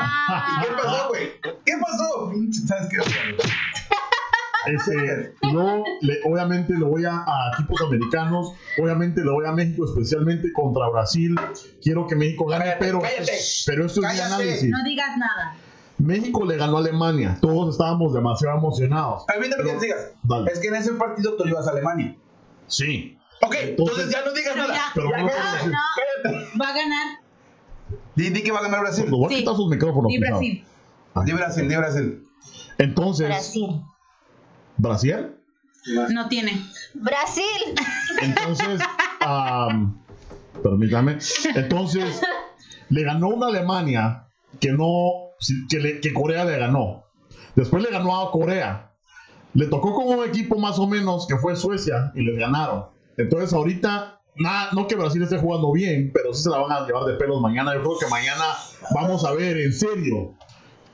S5: ¿Y qué
S6: ¡Wow!
S5: pasó, güey? ¿Qué pasó? Pinche, ¿Sabes qué?
S3: Este, yo le- obviamente le voy a, a equipos americanos, obviamente le voy a México, especialmente contra Brasil. Quiero que México gane,
S5: Cállate,
S3: pero,
S5: cállate,
S3: pero esto es mi
S5: cállate.
S3: análisis.
S7: No digas nada.
S3: México le ganó a Alemania, todos estábamos demasiado emocionados.
S5: Permítame que
S3: Pero-
S5: te digas.
S3: Dale.
S5: Es que en ese partido tú ibas a Alemania.
S3: Sí,
S5: Ok, entonces, ya no digas
S7: Pero
S5: nada.
S7: ya,
S3: pero
S5: Ya,
S3: no
S5: cállate,
S3: quiero decir.
S5: cállate.
S7: Va a ganar.
S5: Di, di que va a ganar Brasil.
S3: Lo voy a
S7: Sí.
S3: quitar sus micrófonos.
S7: Y
S3: cuidado.
S7: Brasil.
S5: Di Brasil, di Brasil.
S3: Entonces,
S6: Brasil.
S3: Brasil.
S7: No tiene.
S6: Brasil.
S3: Entonces, am, permítame. Entonces, le ganó una Alemania que no, que, le- que Corea le ganó. Después le ganó a Corea. Le tocó con un equipo más o menos que fue Suecia y les ganaron. Entonces, ahorita, nada, no que Brasil esté jugando bien, pero sí se la van a llevar de pelos mañana. Yo creo que mañana vamos a ver en serio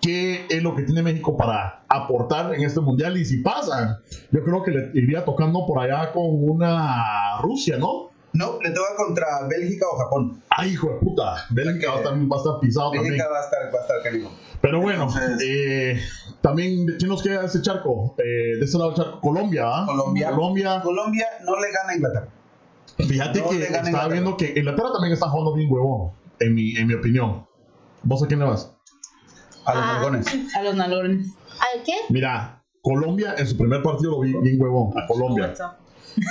S3: qué es lo que tiene México para aportar en este mundial y si pasa, yo creo que le iría tocando por allá con una Rusia, ¿no?
S5: No, le toca contra Bélgica o Japón.
S3: Ay, hijo de puta, Bélgica va a estar, va a estar pisado también.
S5: Bélgica va a estar, va a estar canijo.
S3: Pero bueno,
S5: Entonces-
S3: eh, también, ¿quién nos queda de ese charco? Eh, de ese lado del charco, Colombia, ¿ah?
S5: Colombia.
S3: Colombia.
S5: Colombia no le gana a Inglaterra.
S3: Fíjate
S5: No
S3: que
S5: le gana
S3: estaba
S5: Inglaterra.
S3: viendo que Inglaterra también está jugando bien huevón, en mi, en mi opinión. ¿Vos a quién le vas?
S5: A los
S6: Ah.
S5: halcones.
S7: A los nalones.
S6: ¿Al qué?
S3: Mira, Colombia en su primer partido lo vi bien huevón, a Colombia.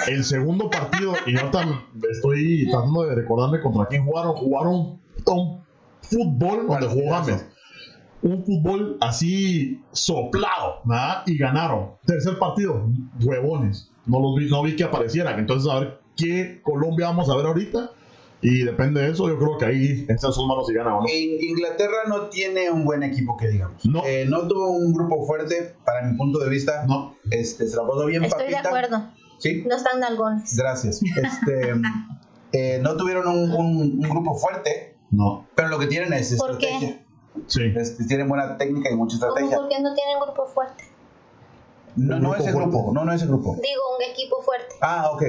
S3: El segundo partido, y ahorita estoy tratando de recordarme contra quién jugaron, jugaron un fútbol donde jugó James. Un fútbol así soplado, ¿verdad? Y ganaron. Tercer partido, huevones. No los vi, no vi que aparecieran. Entonces, a ver qué Colombia vamos a ver ahorita. Y depende de eso, yo creo que ahí están sus manos y ganan o no.
S5: In- Inglaterra no tiene un buen equipo que digamos.
S3: No.
S5: Eh, no tuvo un grupo fuerte, para mi punto de vista.
S3: No,
S5: Este, se la pasó bien
S6: Estoy de
S5: papita.
S6: acuerdo.
S5: Sí.
S6: No están nalgones.
S5: Gracias.
S6: (laughs)
S5: Este, eh, no tuvieron un, un- un grupo fuerte,
S3: no.
S5: pero lo que tienen es
S6: ¿Por qué?
S5: estrategia.
S3: Sí.
S5: Es- tienen buena técnica y mucha
S6: ¿Cómo?
S5: estrategia.
S6: ¿Por qué no tienen grupo fuerte?
S5: No, no
S3: Un grupo
S5: ese
S3: fuerte.
S5: grupo, no, no ese grupo.
S6: Digo, un equipo fuerte.
S5: Ah, ok.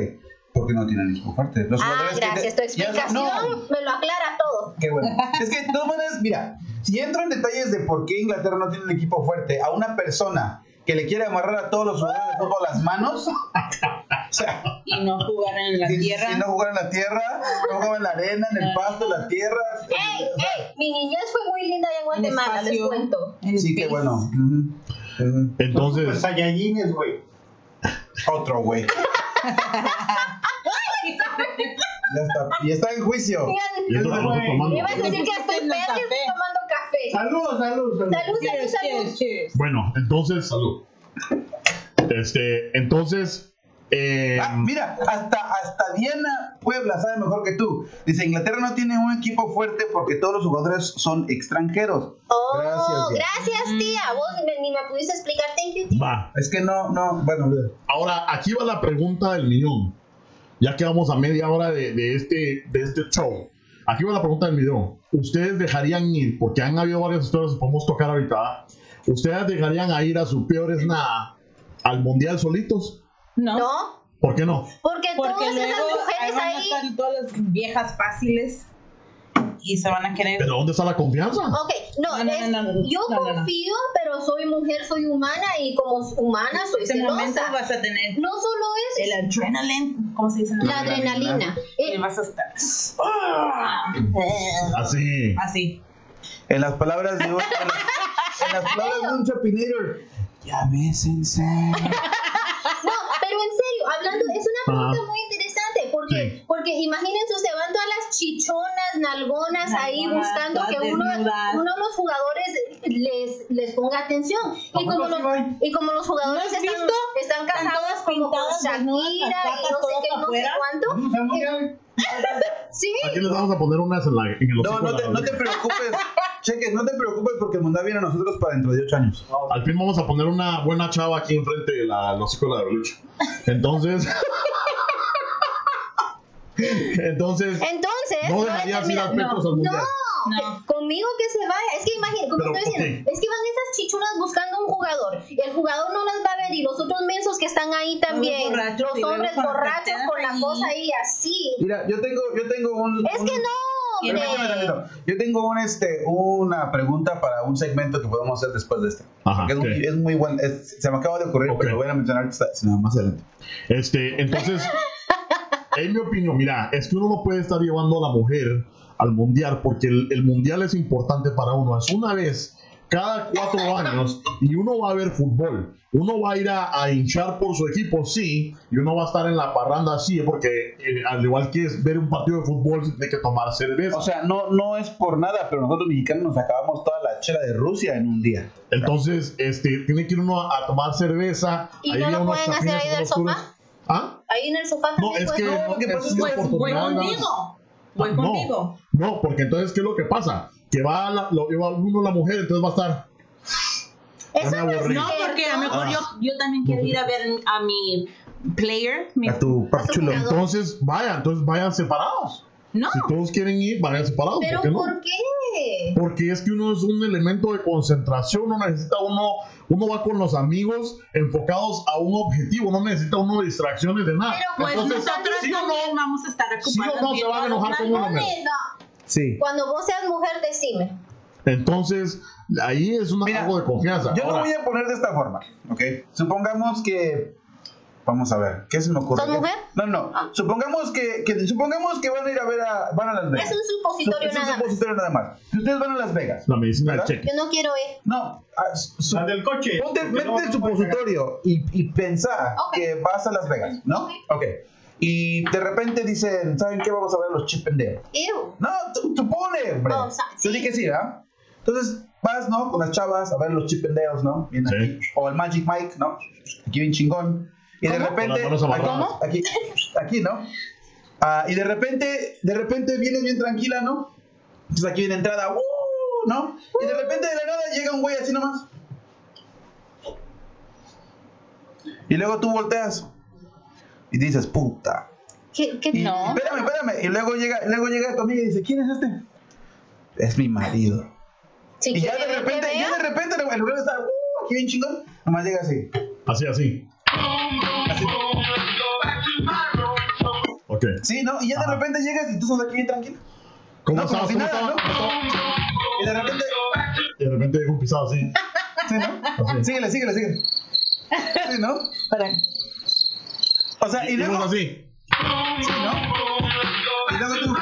S5: Porque no tienen equipo fuerte. Los
S6: Ah,
S5: jugadores que
S6: gracias. Tu
S5: te- ya-
S6: explicación
S5: no,
S6: me lo aclara todo.
S5: Qué
S6: (laughs)
S5: bueno. Es que de todas maneras, mira, si entro en detalles de por qué Inglaterra no tiene un equipo fuerte, a una persona que le quiere amarrar a todos los jugadores de fútbol las manos, (laughs) o sea,
S8: Y no jugar en la
S5: si,
S8: tierra.
S5: si no jugar en la tierra, no jugar en la arena, en el pasto, en la tierra.
S6: ¡Ey, ey! Mi niñez fue muy linda allá
S8: en
S6: en Guatemala, les
S8: espacio,
S6: cuento.
S8: en
S5: Sí, qué
S8: space.
S5: bueno. Ujú. Ujú.
S2: Super
S3: Entonces,
S2: Saiyajines, güey.
S5: Otro, güey. Ya está. Y está en juicio.
S3: y eso
S6: Digan,
S3: lo vamos tomando.
S6: ibas a decir que estoy
S8: Estoy tomando
S6: pedo y estoy
S8: café.
S6: tomando café.
S2: Salud, salud, salud.
S6: Salud, salud,
S8: (laughs) Cheers,
S6: salud.
S8: cheers, cheers.
S3: Bueno, entonces, salud. Este, entonces, eh,
S5: Ah, mira, hasta, hasta Diana Puebla sabe mejor que tú. Dice, Inglaterra no tiene un equipo fuerte porque todos los jugadores son extranjeros.
S6: Oh,
S5: Gracias,
S6: gracias,
S5: tía.
S8: Mm.
S6: tía. Vos me- ni me pudiste explicar. Thank you, tía.
S3: va.
S5: Es que no, no, bueno,
S3: Ahora, aquí va la pregunta del millón. Ya que vamos a media hora de, de este, de este show. Aquí va la pregunta del millón. ¿Ustedes dejarían ir? Porque han habido varias historias que podemos tocar ahorita. ¿Ustedes dejarían a ir a su peor es nada al mundial solitos?
S8: No,
S6: ¿No?
S3: ¿Por qué no?
S6: Porque,
S8: porque
S6: todas esas
S8: luego ahí
S6: mujeres
S8: van a
S6: ahí.
S8: estar todas las viejas fáciles y se van a querer.
S3: ¿Pero dónde está la confianza?
S5: Oh.
S6: Ok, no,
S8: No, no,
S6: es-
S8: no, no, no,
S6: yo
S8: no, no, no.
S6: confío, pero soy mujer, soy humana y como humana soy
S8: ese momento
S6: celosa.
S8: vas a tener
S6: No solo eso,
S8: el adrenaline, ¿cómo se dice?
S6: la adrenalina.
S8: Y
S6: Eh,
S8: vas a estar. ¡Ah!
S3: Así.
S8: Así.
S5: en las palabras de un, en
S6: (laughs)
S5: las- en las palabras de un chapinator. Ya bésense.
S6: No, pero en serio, hablando, es una pregunta
S3: Ajá.
S6: muy interesante, porque,
S3: Sí.
S6: porque imagínense, se van todas las chichonas, nalgonas ahí
S8: Nalgonas,
S6: buscando
S8: todas
S6: que uno,
S8: desnudas.
S6: uno de los jugadores les, les ponga atención. Y
S5: Tampoco
S6: como,
S5: así,
S6: los,
S5: güey.
S6: y como los jugadores
S8: ¿No has
S6: están,
S8: visto?
S6: están
S8: Están
S6: casados
S8: todas
S6: como con
S8: pintadas,
S6: Shakira y no
S8: desnudas, las
S6: sé
S8: patas
S6: qué,
S8: todas
S6: no sé
S8: afuera.
S6: cuánto, eh,
S2: Vamos al mundial.
S6: (laughs) sí,
S3: Aquí les vamos a poner unas en, la, en el
S5: No,
S3: hocico
S5: no
S3: de
S5: te,
S3: la
S5: no te preocupes. Cheques, no te preocupes porque el mundial viene a nosotros para dentro de 8 años.
S3: Al fin vamos a poner una buena chava aquí enfrente de la los hijos de la Berlucha. Entonces. (laughs) entonces.
S6: entonces...
S3: No
S6: voy a
S3: dejarías ir
S6: terminar.
S3: al Petros al mundial.
S6: No, que- conmigo que se vaya. Es que imagínate, como
S3: Pero,
S6: estoy diciendo,
S3: ok.
S6: es que van esas chichunas buscando un jugador. Y el jugador no las va a ver. Y los otros mensos que están ahí también.
S8: borrachos y
S6: los
S8: luego
S6: hombres
S8: cuando
S6: borrachos
S8: te
S6: con la
S8: ahí.
S6: cosa ahí así.
S5: Mira, yo tengo, yo tengo un.
S6: Es que
S5: un-
S6: no,
S8: Pero
S5: Permíteme
S6: hombre.
S5: tantito. Yo tengo un, este, una pregunta para un segmento que podemos hacer después de este.
S3: Ajá,
S5: Que es, muy,
S3: ok.
S5: es muy buen. es- se me acaba de ocurrir,
S3: Ok.
S5: pero lo voy a mencionar hasta- sino más adelante.
S3: Este, entonces. en mi opinión, mira, es que uno no puede estar llevando a la mujer al mundial porque el, el mundial es importante para uno. Es una vez cada cuatro años y uno va a ver fútbol. Uno va a ir a, a hinchar por su equipo, sí, y uno va a estar en la parranda, sí, porque eh, al igual que es ver un partido de fútbol, se tiene que tomar cerveza.
S5: O sea, no, no es por nada, pero nosotros mexicanos nos acabamos toda la chela de Rusia en un día.
S3: Entonces, este, tiene que ir uno a, a tomar cerveza.
S6: ¿Y
S3: ahí
S6: no
S3: había
S6: lo
S3: unos
S6: pueden hacer
S3: chapines,
S6: ahí del
S3: unos
S6: sofá?
S3: curas. ¿Ah?
S6: Ahí en el sofá
S3: No,
S6: también pues,
S3: es que
S6: puede-
S3: no,
S5: lo que
S3: es
S5: pasa es
S3: una
S5: que
S8: Pues voy
S3: oportunidad, nada más.
S8: contigo. Voy
S3: Ah,
S8: contigo.
S3: No, no, porque entonces, ¿qué es lo que pasa? Que va, la- lo, va uno la mujer, entonces va a estar.
S6: Eso
S3: ya me
S6: no es
S3: aburrí.
S8: No,
S6: cierto.
S8: porque
S3: Ah,
S8: a lo mejor
S5: Ah.
S8: yo, yo también quiero ir a ver a mi player. mi-
S5: A tu pachulo.
S6: jugador.
S3: Entonces, vaya, entonces vayan separados.
S8: No,
S3: Si todos quieren ir, vayan separados.
S6: Ah.
S3: ¿por qué
S6: Pero
S3: no?
S6: ¿por qué?
S3: Porque es que uno es un elemento de concentración, uno necesita uno, uno va con los amigos enfocados a un objetivo, no necesita uno distracciones de nada.
S6: Pero,
S8: pues
S3: Entonces,
S8: nosotros
S3: ¿sí o no?
S8: también vamos a estar
S3: ¿Sí
S8: ocupados.
S3: o no se
S8: viendo
S3: van a enojar
S8: los
S3: con uno?
S8: álbumes.
S6: Hombre, no.
S5: Sí.
S6: Cuando vos seas mujer, decime.
S3: Entonces, ahí es un
S5: Mira,
S3: algo de confianza.
S5: Yo lo
S3: Ahora,
S5: voy a poner de esta forma, ¿ok? Supongamos que. Vamos a ver, ¿qué se me ocurre?
S6: ¿Sos
S5: ¿Qué-
S6: mujer? Ah.
S5: No, no. Supongamos que, que- supongamos que van a ir a ver a. Van a Las Vegas.
S6: Es un supositorio
S5: Es un
S6: nada más.
S5: supositorio nada más. Si ustedes van a Las Vegas.
S3: La medicina del
S5: ¿Verdad?
S3: cheque.
S6: Yo no quiero ir.
S5: No, a- su-
S2: Sal del coche.
S5: Ponte,
S2: porque
S5: métete
S2: no-
S5: el
S2: no puedes llegar.
S5: supositorio y, y pensá
S6: Ok.
S5: que vas a Las Vegas, ¿no? Ok. Y de repente dicen, ¿saben qué? Vamos a ver los Chip and Dale.
S6: Ew.
S5: No, tú, tú pone, hombre.
S6: Oh, sa-
S5: Yo
S6: sí.
S5: dije que sí, ¿verdad? Entonces vas, ¿no? Con las chavas a ver los Chip and Dales, ¿no? Bien
S3: Sí.
S5: aquí. O el Magic Mike, ¿no? Aquí bien chingón. Y de repente.
S3: Con las manos
S5: aquí,
S3: amarradas.
S5: aquí, aquí, ¿no? Ah, y de repente, de repente vienes bien tranquila, ¿no? Entonces aquí viene entrada, ¡uh! ¿no? Y de repente de la nada llega un güey así nomás. Y luego tú volteas y dices, puta.
S6: ¿Qué, qué
S5: Y,
S8: No.
S5: Espérame, espérame. Y luego llega, luego llega tu amiga y dice, ¿quién es este? Es mi marido.
S6: Si
S5: Y ya de
S6: quiere ver que
S5: repente, ya
S6: vea,
S5: de repente, en lugar de estar, uh, aquí bien chingón, nomás llega así.
S3: Así, así. Ok.
S5: Sí, ¿no? Y ya de repente llegas y tú estás aquí bien tranquilo.
S3: ¿Cómo
S5: No, como
S3: estabas?
S5: si
S3: ¿Cómo
S5: nada,
S3: estabas?
S5: ¿no? Y de repente,
S3: Y de repente llega un pisado así.
S5: sí, ¿no? Síguele, síguele, síguele. Sí, ¿no?
S7: Para.
S5: O sea, y
S3: Y
S5: luego,
S3: uno así.
S5: sí, ¿no? Y luego tú.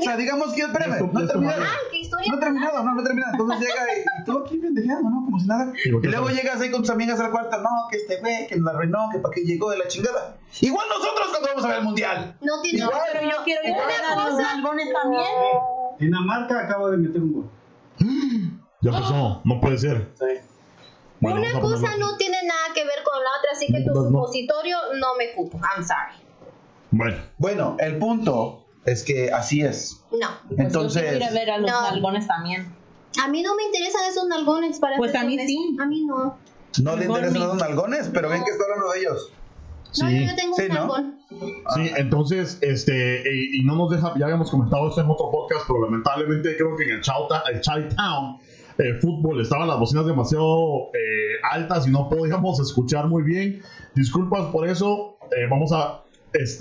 S5: O sea, digamos que, espérame,
S3: Esto-
S5: no he
S3: esto
S5: terminado.
S3: vale.
S6: ¿Qué historia?
S5: No he terminado, no, no he terminado. Entonces llega y, y tú aquí pendejado, ¿no? Como si nada. Y
S3: Y volteas
S5: luego
S3: a ver.
S5: llegas ahí con tus amigas al cuarto, no, que este güey, que nos arruinó, que para qué llegó de la chingada. Igual nosotros cuando vamos a ver el mundial.
S6: No tiene
S5: No, pero
S8: Yo quiero ir a ver a los nalgones también.
S3: Pues
S2: Dinamarca acaba de meter un gol.
S3: Ya pasó. No puede ser. Bueno, vamos
S6: Una
S3: a
S6: cosa
S3: ponerlo.
S6: no tiene nada que ver con la otra, así que
S3: No,
S6: tu
S3: no.
S6: supositorio no me cupo. I'm sorry.
S3: Bueno.
S5: Bueno, el punto es que así es.
S6: No.
S8: Pues Yo quiero ir a
S5: Entonces,
S8: ver a los
S6: No.
S8: nalgones también.
S6: A mí no me interesan esos nalgones para
S8: Pues
S6: ser
S8: a mí
S6: honesta.
S8: sí.
S6: A mí no.
S5: no le interesan los nalgones, pero ven que está hablando de ellos.
S6: No,
S3: Sí.
S6: yo tengo
S5: Sí,
S6: un
S5: ¿no?
S6: nalgón.
S3: Sí, entonces, este, y, y no nos deja, ya habíamos comentado esto en otro podcast, pero lamentablemente creo que en el Chauta, el Chitown, eh, fútbol, estaban las bocinas demasiado eh, altas y no podíamos escuchar muy bien. Disculpas por eso, eh, vamos a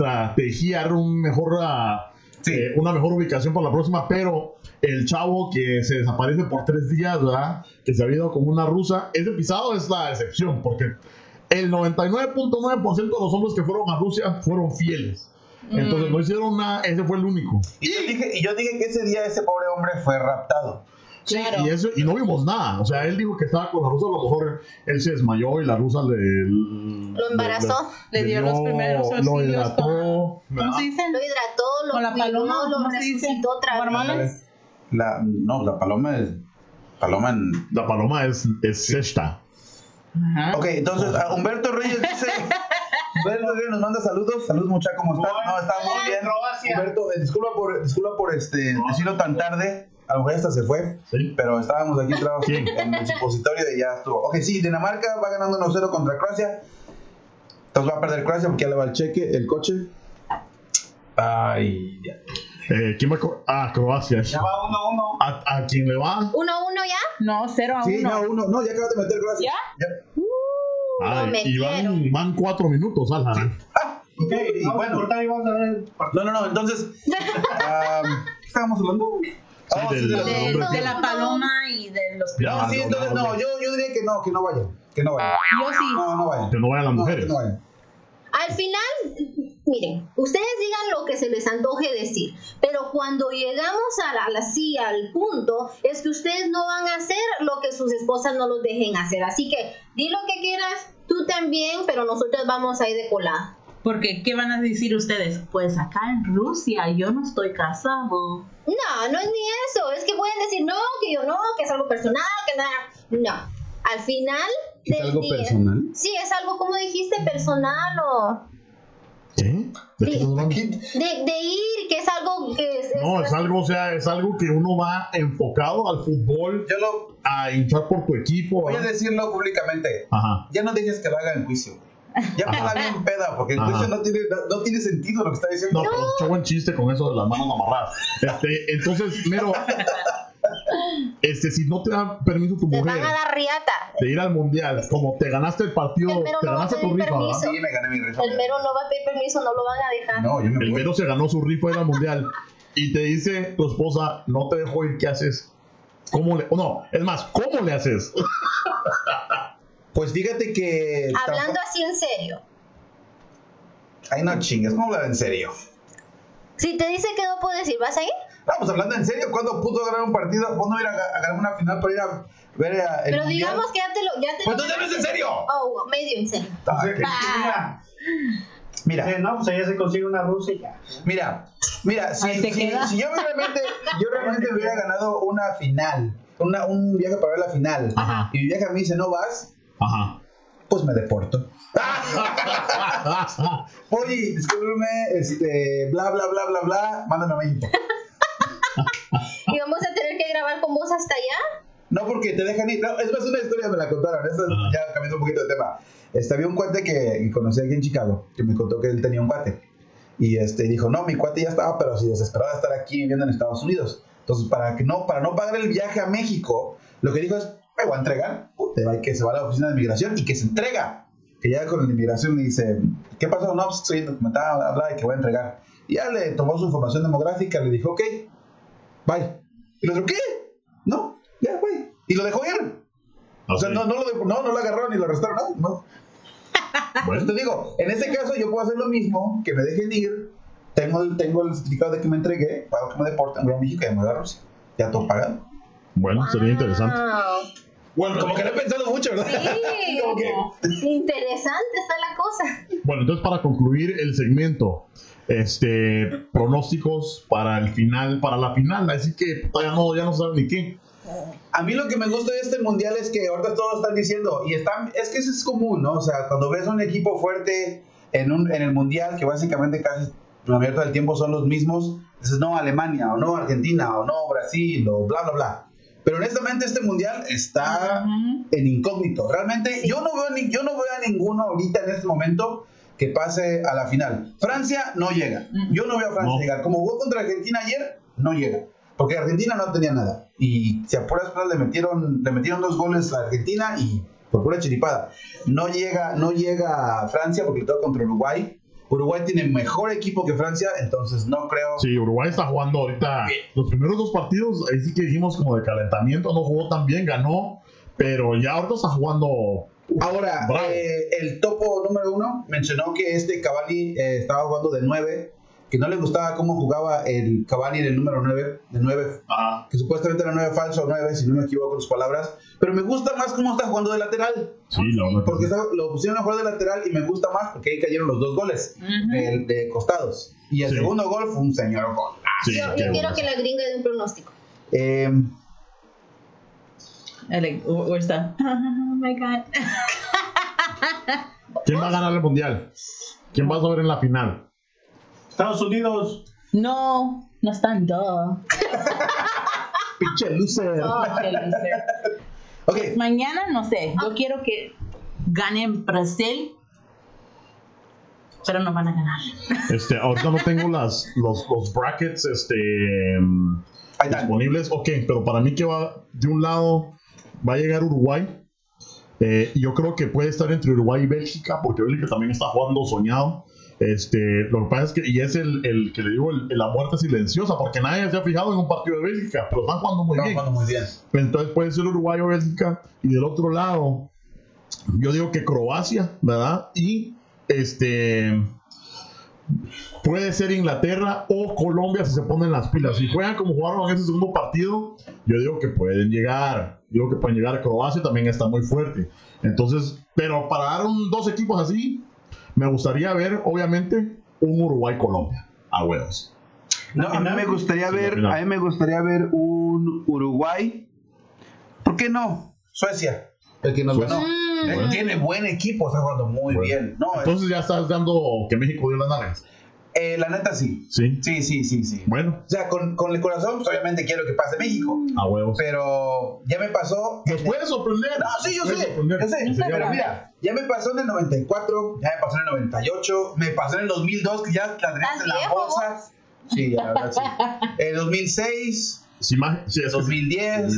S3: estrategiar un mejor, ah,
S5: Sí.
S3: eh, una mejor ubicación para la próxima, pero el chavo que se desaparece por tres días, ¿verdad? Que se había ido como una rusa, ese pisado es la excepción, porque el 99.9% de los hombres que fueron a Rusia fueron fieles. Entonces
S7: Mm.
S3: no hicieron nada, ese fue el único.
S5: Y yo dije, y yo dije que ese día ese pobre hombre fue raptado.
S8: Claro.
S3: Y, eso, y no vimos nada. O sea, él dijo que estaba con la rusa, a lo mejor él se desmayó y la rusa le.
S6: Lo embarazó.
S7: Le dio los primeros
S3: Lo
S7: auxilios
S3: hidrató.
S7: ¿Cómo
S5: Ah.
S3: ¿verdad?
S7: se dice?
S6: Lo hidrató, lo
S7: Con la
S6: cuidó,
S7: paloma,
S6: lo
S7: ¿cómo se dice?
S6: resucitó otra vez.
S7: ¿Hormonas?
S5: La, no, la paloma es. Paloma en.
S3: La paloma es, es esta.
S7: Ajá.
S5: Ok, entonces a Humberto Reyes dice. Humberto Reyes nos manda saludos. Saludos, muchachos, ¿cómo están? No, está muy bien.
S2: Croacia.
S5: Humberto, eh, disculpa por, disculpa por este, decirlo tan tarde. A lo mejor hasta se fue,
S3: ¿sí?
S5: pero estábamos aquí entrados
S3: ¿Quién?
S5: en el supositorio y ya estuvo. Ok, sí, Dinamarca va ganando 1-0 contra Croacia. Entonces va a perder Croacia porque ya le va el cheque, el coche. Ay, ya.
S3: Eh, ¿Quién va a Cro- Ah, Croacia.
S2: Ya va uno a uno.
S3: ¿A, a quién le va?
S6: ¿Uno a uno ya?
S7: No, 0 a 1.
S5: Sí, no, uno, no, ya acabas de meter Croacia. Ya.
S3: Ay,
S6: me
S3: y van, van cuatro minutos, Alan.
S5: Ah, ok, y
S2: vamos a
S5: bueno.
S2: cortar y vamos a ver el partido.
S5: No, no, no, entonces. am, ¿Qué estábamos hablando? Ah, sí,
S3: del-
S5: de los-
S3: del hombre
S8: De la paloma y de los
S3: Ya,
S5: No, sí,
S3: no,
S5: entonces
S3: no,
S5: no, yo, yo diría que no, que no vayan. Que no vayan.
S7: Yo sí.
S5: No, no vayan.
S3: Ah. Que no vayan las
S5: No,
S3: mujeres.
S5: que no vayan.
S6: Al final, miren, ustedes digan lo que se les antoje decir, pero cuando llegamos a la, la- sí, al punto, es que ustedes no van a hacer lo que sus esposas no los dejen hacer. Así que di lo que quieras, tú también, pero nosotros vamos a ir de colada.
S8: Porque, ¿qué van a decir ustedes? Pues acá en Rusia yo no estoy casado.
S6: No, no es ni eso, es que pueden decir no, que yo no, que es algo personal, que nada. No, al final
S5: ¿Es
S6: del
S5: algo
S6: día-
S5: personal?
S6: Sí, es algo, como dijiste, personal o
S3: ¿Qué? ¿De qué estás hablando?
S6: de, de ir, que es algo que es- es-
S3: No, es algo, o sea, es algo que uno va enfocado al fútbol,
S5: Yo lo
S3: a hinchar por tu equipo.
S5: voy a
S3: ¿verdad?
S5: decirlo públicamente.
S3: Ajá.
S5: Ya no dejes que lo haga en juicio. Ya
S3: Ah. Ajá.
S5: está bien peda, porque el
S3: Ajá.
S5: juicio no tiene, no tiene sentido lo que está
S3: No,
S5: diciendo.
S3: pero echó buen chiste con eso de las manos amarradas. Este, entonces, mero, este, si no te da permiso tu
S6: les
S3: mujer
S6: van a dar riata.
S3: de ir al mundial, como te ganaste el partido,
S6: El mero
S3: te
S6: no va a
S3: ganaste tu
S6: pedir
S3: rifa,
S6: permiso.
S3: ¿verdad?
S5: Sí, me gané mi risa.
S6: El mero no va a pedir permiso, no lo van a dejar.
S5: No, yo me
S3: El
S5: voy.
S3: mero se ganó su rifa de ir al mundial y te dice tu esposa, no te dejo ir, ¿qué haces? ¿Cómo le.? No, es más, ¿cómo le haces?
S5: Pues fíjate que.
S6: Hablando
S5: tampoco-
S6: así en serio.
S5: Ay, no chingues, ¿cómo hablar en serio?
S6: Si te dice que no puedes ir, ¿vas a ir?
S5: Vamos hablando en serio, ¿cuándo pudo ganar un partido? ¿Cuándo ir a, ga- a ganar una final para ir a ver a. el
S6: Pero
S5: Mundial?
S6: digamos que ya te lo. Ya te
S5: Pues
S6: lo
S5: entonces hablas en serio.
S6: Oh, medio en serio.
S5: Ah, ok.
S2: Mira,
S5: Mira.
S2: eh, no, pues ella se consigue una rusa y ya.
S5: Mira, mira, si,
S7: Ahí se
S5: si-
S7: queda.
S5: si yo realmente, yo realmente hubiera ganado una final, una- un viaje para ver la final,
S3: Ajá.
S5: y mi viaje me dice no vas,
S3: Ajá. (laughs)
S5: pues me deporto. (laughs) Oye, discúlpeme, este, bla, bla, bla, bla, bla, mándame a México.
S6: Y vamos a tener que grabar con vos hasta allá.
S5: No porque te dejan ir, no, es más una historia, me la contaron, esta es-
S3: Ajá.
S5: ya cambiando un poquito de tema. Este, había un cuate que, que conocí aquí en Chicago, que me contó que él tenía un cuate. Y este, dijo, no, mi cuate ya estaba, pero así desesperado de estar aquí viviendo en Estados Unidos. Entonces, para, que no, para no pagar el viaje a México, lo que dijo es, me voy a entregar, puta, va- que se va a la oficina de migración y que se entrega. Que llega con la inmigración y dice, ¿qué pasó? No, pues estoy indocumentado, bla, bla, y que voy a entregar. Y ya le tomó su información demográfica, le dijo, ok, bye. Y lo otro, ¿qué? No, ya, bye. Y lo dejó ir. O sea,
S3: Así.
S5: no, no, lo, dep- no, no lo agarraron ni lo arrestaron, nada, (laughs) no. Pues te digo, en este caso yo puedo hacer lo mismo, que me dejen ir, tengo el, tengo el certificado de que me entregué, pago que me deporten, voy a México y ya me voy a Rusia. Ya todo pagado.
S3: Bueno, sería interesante.
S6: Wow.
S5: (laughs)
S3: Bueno,
S5: Como que lo he pensado mucho, ¿verdad?
S6: Sí.
S5: Como que-
S6: Interesante está la cosa.
S3: Bueno, entonces para concluir el segmento, este pronósticos para el final, para la final, así que todavía no, ya no saben ni qué.
S5: A mí lo que me gusta de este mundial es que ahorita todos están diciendo, y están, es que eso es común, ¿no? O sea, cuando ves un equipo fuerte en, un, en el mundial, que básicamente casi la mayoría del tiempo son los mismos, dices, no, Alemania, o no, Argentina, o no, Brasil, o bla, bla, bla. Pero honestamente este mundial está
S7: Ujú.
S5: en incógnito. Realmente yo no, veo ni- yo no veo a ninguno ahorita en este momento que pase a la final. Francia no llega. Yo no veo a Francia
S3: No.
S5: llegar. Como jugó contra Argentina ayer, no llega. Porque Argentina no tenía nada. Y si a puras penas le metieron, le metieron dos goles a Argentina y por pura chiripada. No llega, no llega a Francia porque le toca contra Uruguay. Uruguay tiene mejor equipo que Francia, entonces no creo.
S3: Sí, Uruguay está jugando ahorita los primeros dos partidos, ahí sí que dijimos como de calentamiento, no jugó tan bien, ganó, pero ya ahorita está jugando
S5: Ahora,
S3: Bravo.
S5: eh, el topo número uno mencionó que este Cavani eh, estaba jugando de 9, que no le gustaba cómo jugaba el Cavani en el número 9, de 9,
S3: ah,
S5: que supuestamente era 9 falso o 9, si no me equivoco en sus palabras, pero me gusta más cómo está jugando de lateral,
S3: Sí, la verdad que
S5: porque
S3: sí.
S5: está- lo pusieron a jugar de lateral y me gusta más porque ahí cayeron los dos goles de, de costados. Y el
S3: Sí.
S5: segundo gol fue un señor gol.
S3: Sí,
S6: Ah, yo
S3: qué
S6: yo quiero
S3: bueno.
S6: que la gringa dé un pronóstico.
S5: Eh,
S8: Like, wh- where's that? (laughs) Oh my god.
S3: ¿Quién va a ganar el mundial? ¿Quién vas a ver en la final?
S2: Estados Unidos.
S8: No, no están duh.
S5: pinche loser.
S8: Oh, qué loser.
S5: Ok,
S8: Mañana no sé.
S6: Ah.
S8: Yo quiero que ganen Brasil, pero no van a ganar.
S3: Este, ahorita no tengo las, los, los brackets este, mm,
S5: ahí está.
S3: disponibles. Ok, pero para mí que va de un lado, va a llegar Uruguay. Eh, y yo creo que puede estar entre Uruguay y Bélgica, porque Bélgica también está jugando soñado. Este, lo que pasa es que, y es el, el que le digo, el- la muerte silenciosa, porque nadie se ha fijado en un partido de Bélgica, pero están jugando muy
S5: Estamos
S3: bien.
S5: jugando muy bien.
S3: Pues Entonces puede ser Uruguay o Bélgica. Y del otro lado, yo digo que Croacia, ¿verdad? Y este. Puede ser Inglaterra o Colombia si se ponen las pilas. Si juegan como jugaron en ese segundo partido, yo digo que pueden llegar. Digo que pueden llegar. Croacia también está muy fuerte. Entonces, pero para dar un- dos equipos así, me gustaría ver, obviamente, un Uruguay-Colombia. A huevos.
S5: No, a mí me gustaría
S3: Sí,
S5: ver,
S3: la final.
S5: a mí me gustaría ver un Uruguay. ¿Por qué no? Suecia, el que nos
S3: Suecia.
S5: ganó.
S6: Mm,
S5: Eh, Tiene buen equipo, está jugando muy
S3: Bueno.
S5: bien. No,
S3: Entonces ya estás dando que México dio las nalgas.
S5: eh, la neta sí.
S3: Sí.
S5: Sí, sí, sí, sí.
S3: Bueno,
S5: O sea, con, con el corazón, pues, obviamente quiero que pase México.
S3: a huevos.
S5: Pero ya me pasó.
S3: Nos puede sorprender.
S5: No, sí, yo
S3: Nos puede
S5: sé.
S3: sorprender.
S5: Yo sé.
S3: Sería-
S5: Pero mira, ya me pasó en el 94, ya me pasó en el 98, me pasó en el 2002, que ya la tenías
S6: ¿Estás
S5: en la
S6: viejo,
S5: bolsa. Sí, la
S8: (laughs)
S5: verdad, sí. Eh, En 2006.
S3: Sí, ma- sí, eso sí.
S5: 2010,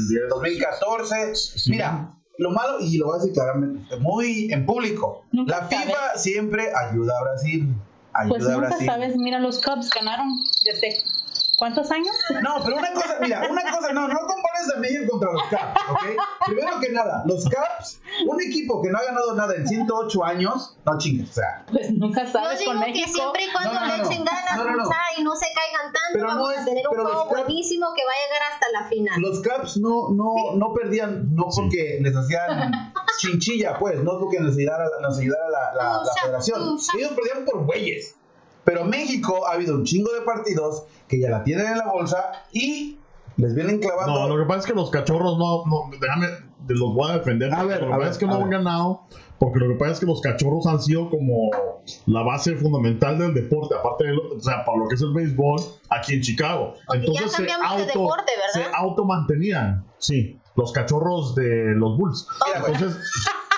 S5: 2014.
S3: Sí.
S5: Mira, lo malo, y lo voy a decir claramente, muy en público,
S8: Nunca
S5: la FIFA siempre ayuda a Brasil. Ayuda
S8: Pues
S5: a
S8: nunca
S5: Brasil.
S8: sabes, mira, los Cubs ganaron desde ¿cuántos (laughs) años?
S5: No, pero una cosa, mira, una cosa, no, no compares a México contra los Caps, ¿ok? Primero que nada, los Caps, un equipo que no ha ganado nada en 108 años, no chingues, o sea.
S8: Pues nunca
S6: Yo
S8: sabes
S6: digo
S8: con
S6: que
S8: México.
S6: siempre y cuando
S5: No, no, no,
S6: le
S5: no.
S6: echen ganas
S5: No, no, no.
S6: mucha, y no se caigan tanto,
S5: Pero no
S6: vamos
S5: es-
S6: a tener un
S5: pero los
S6: juego
S5: Cubs-
S6: buenísimo que va a llegar hasta la final.
S5: Los Caps no, no, no perdían, no porque les hacían chinchilla, pues, no porque les ayudara, nos ayudara la, la- la
S6: Usa,
S5: federación.
S6: usa.
S5: Ellos perdían por güeyes. Pero México ha habido un chingo de partidos que ya la tienen en la bolsa y les vienen clavando.
S3: No, lo que pasa es que los cachorros no, no déjame, de- los voy a defender.
S5: A ver,
S3: lo que
S5: a
S3: pasa
S5: ver,
S3: es que
S5: a
S3: no han
S5: ver.
S3: ganado, porque lo que pasa es que los cachorros han sido como la base fundamental del deporte, aparte de, lo- o sea, para lo que es el béisbol aquí en Chicago. Entonces se
S6: cambiamos de
S3: auto,
S6: deporte, ¿verdad?
S3: se automantenían, sí, los cachorros de los Bulls.
S5: Mira, güey,
S3: Entonces,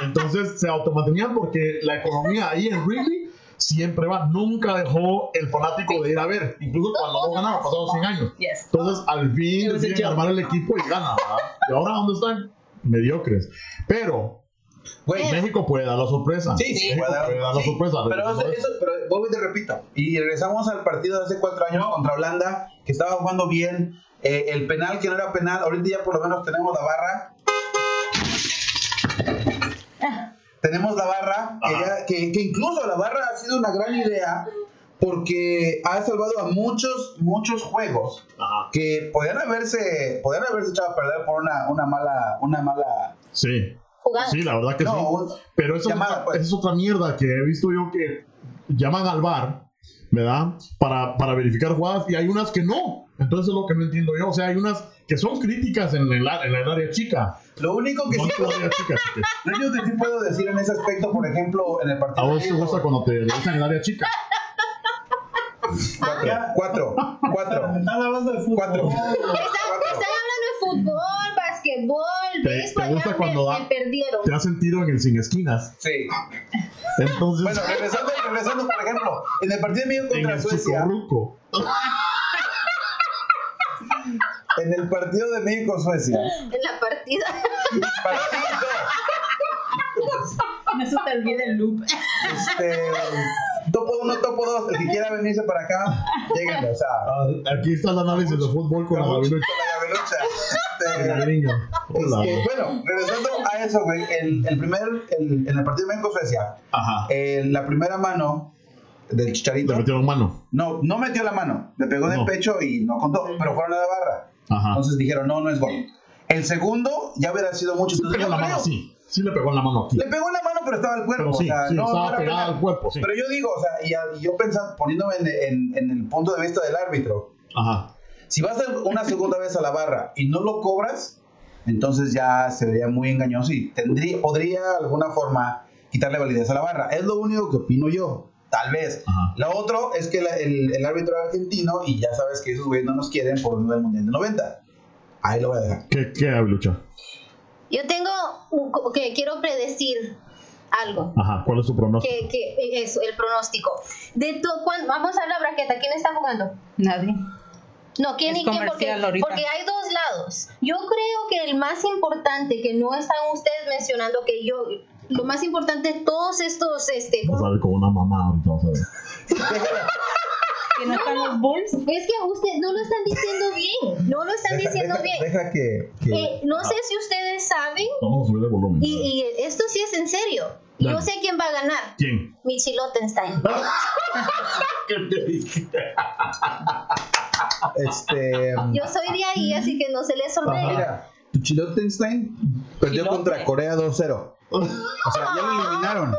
S3: entonces se automantenían porque la economía ahí en Wrigley siempre va, nunca dejó el fanático de ir a ver, incluso cuando no ganaba, pasados 100 años.
S8: Yes.
S3: Entonces, al fin
S8: Eres el
S3: deciden
S8: champ.
S3: armar el equipo y gana. ¿verdad? ¿Y ahora dónde están? Mediocres. Pero
S5: Güey,
S3: México puede dar la sorpresa.
S5: Sí, sí,
S3: México
S5: puede dar-
S3: puede dar la
S5: sí.
S3: sorpresa.
S5: Pero, eso, eso- pero vuelvo y te repito. Y regresamos al partido de hace cuatro años contra Holanda, que estaba jugando bien. Eh, el penal que no era penal, ahorita ya por lo menos tenemos la barra. Tenemos la barra, que,
S3: Ajá.
S5: ya- que- que incluso la barra ha sido una gran idea porque ha salvado a muchos, muchos juegos
S3: Ajá.
S5: que podían haberse, podían haberse echado a perder por una, una mala, una mala.
S3: Sí,
S6: Jugada.
S3: sí, la verdad que
S5: No,
S3: sí.
S5: un-
S3: Pero esa,
S5: Llamada,
S3: es otra,
S5: pues.
S3: esa es otra mierda que he visto yo que llaman al bar, ¿verdad? Para, para verificar jugadas y hay unas que no. Entonces es lo que no entiendo yo. O sea, hay unas que son críticas en el, a- en el
S5: (laughs)
S3: área chica.
S5: Lo único que
S3: No
S5: sí
S3: en tu área chica. chique.
S5: Lo único que sí puedo decir en ese aspecto, por ejemplo, en el
S3: A
S5: partido.
S3: vos te gusta cuando te dicen en el área chica.
S5: Ya, Cuatro, cuatro,
S2: Están hablando de fútbol.
S5: cuatro.
S6: Están, están hablando de fútbol, basquetbol,
S3: Te-
S6: béisbol,
S3: te gusta
S6: ya me-
S3: cuando
S6: me,
S3: da-
S6: perdieron.
S3: Te has sentido en el sin esquinas.
S5: Sí.
S3: Entonces,
S5: Bueno, regresando, regresando, por ejemplo, en el partido mío
S3: en
S5: contra
S3: el
S5: Suecia,
S3: chicorruco.
S5: en el partido de México-Suecia,
S6: En la partida. (laughs)
S5: partido,
S8: No se te olvide el loop.
S5: este, topo uno, topo dos, el que quiera venirse para acá, lleguen, o sea,
S3: Ah, Aquí está el análisis de fútbol con la
S5: con
S3: babilucha.
S5: la llavelucha.
S3: y la
S5: Este,
S3: gringa.
S5: este,
S3: Hola.
S5: bueno, regresando a eso, güey, el, el primer, el- en el partido de México-Suecia,
S3: Ajá.
S5: en Eh, la primera mano del Chicharito.
S3: Le metieron mano.
S5: No, no metió la mano, le pegó en
S3: No.
S5: el pecho y no contó, pero fueron a la barra.
S3: Ajá.
S5: Entonces dijeron, no, no es gol. El segundo ya hubiera sido mucho.
S3: Sí le
S5: Entonces,
S3: pegó
S5: yo
S3: en la
S5: creo-
S3: mano, sí. Sí le pegó en la mano aquí.
S5: Le pegó en la mano, pero estaba el cuerpo.
S3: Pero sí,
S5: o sea,
S3: sí,
S5: no, no
S3: estaba
S5: era
S3: pegada
S5: penal.
S3: al cuerpo, sí.
S5: Pero yo digo, o sea, y, a- y yo pensando, poniéndome en, en- en el punto de vista del árbitro,
S3: Ajá.
S5: si vas a- una segunda vez a la barra y no lo cobras, entonces ya sería muy engañoso y tendría, podría de alguna forma quitarle validez a la barra. Es lo único que opino yo, tal vez.
S3: Ajá.
S5: La otro es que la- el, el árbitro era argentino y ya sabes que esos güeyes no nos quieren por el Mundial de 90. Ahí lo voy a dejar.
S3: ¿Qué, qué babilucha?
S6: Yo tengo un- co- que quiero predecir algo.
S3: Ajá. ¿Cuál es su pronóstico?
S6: Que, que eso, el pronóstico. De to- cuan- vamos a ver la braqueta. ¿Quién está jugando?
S8: Nadie.
S6: No, ¿quién
S8: Es
S6: y quién? Porque,
S8: comercial ahorita.
S6: porque hay dos lados. Yo creo que el más importante, que no están ustedes mencionando, que yo, lo más importante de todos estos, este,
S3: Vamos a ver con una mamá ahorita, vamos a ver.
S8: Que no están los Bulls.
S6: es que ustedes no lo están diciendo bien, no lo están
S5: Deja-
S6: diciendo
S5: deja-
S6: bien.
S5: Deja que. que-
S6: Eh, no sé si ustedes saben,
S3: Vamos a subir de volumen.
S6: y, y esto sí es en serio,
S3: Dale.
S6: yo sé quién va a ganar,
S3: ¿Quién?
S6: Michi Lottenstein.
S5: Ah. Este.
S6: (laughs) Yo soy de ahí, así que no se les olvide.
S5: Mira, tu Chilotenstein perdió
S8: Chilote.
S5: contra Corea 2-0. O sea, ya
S6: Ah.
S5: lo eliminaron.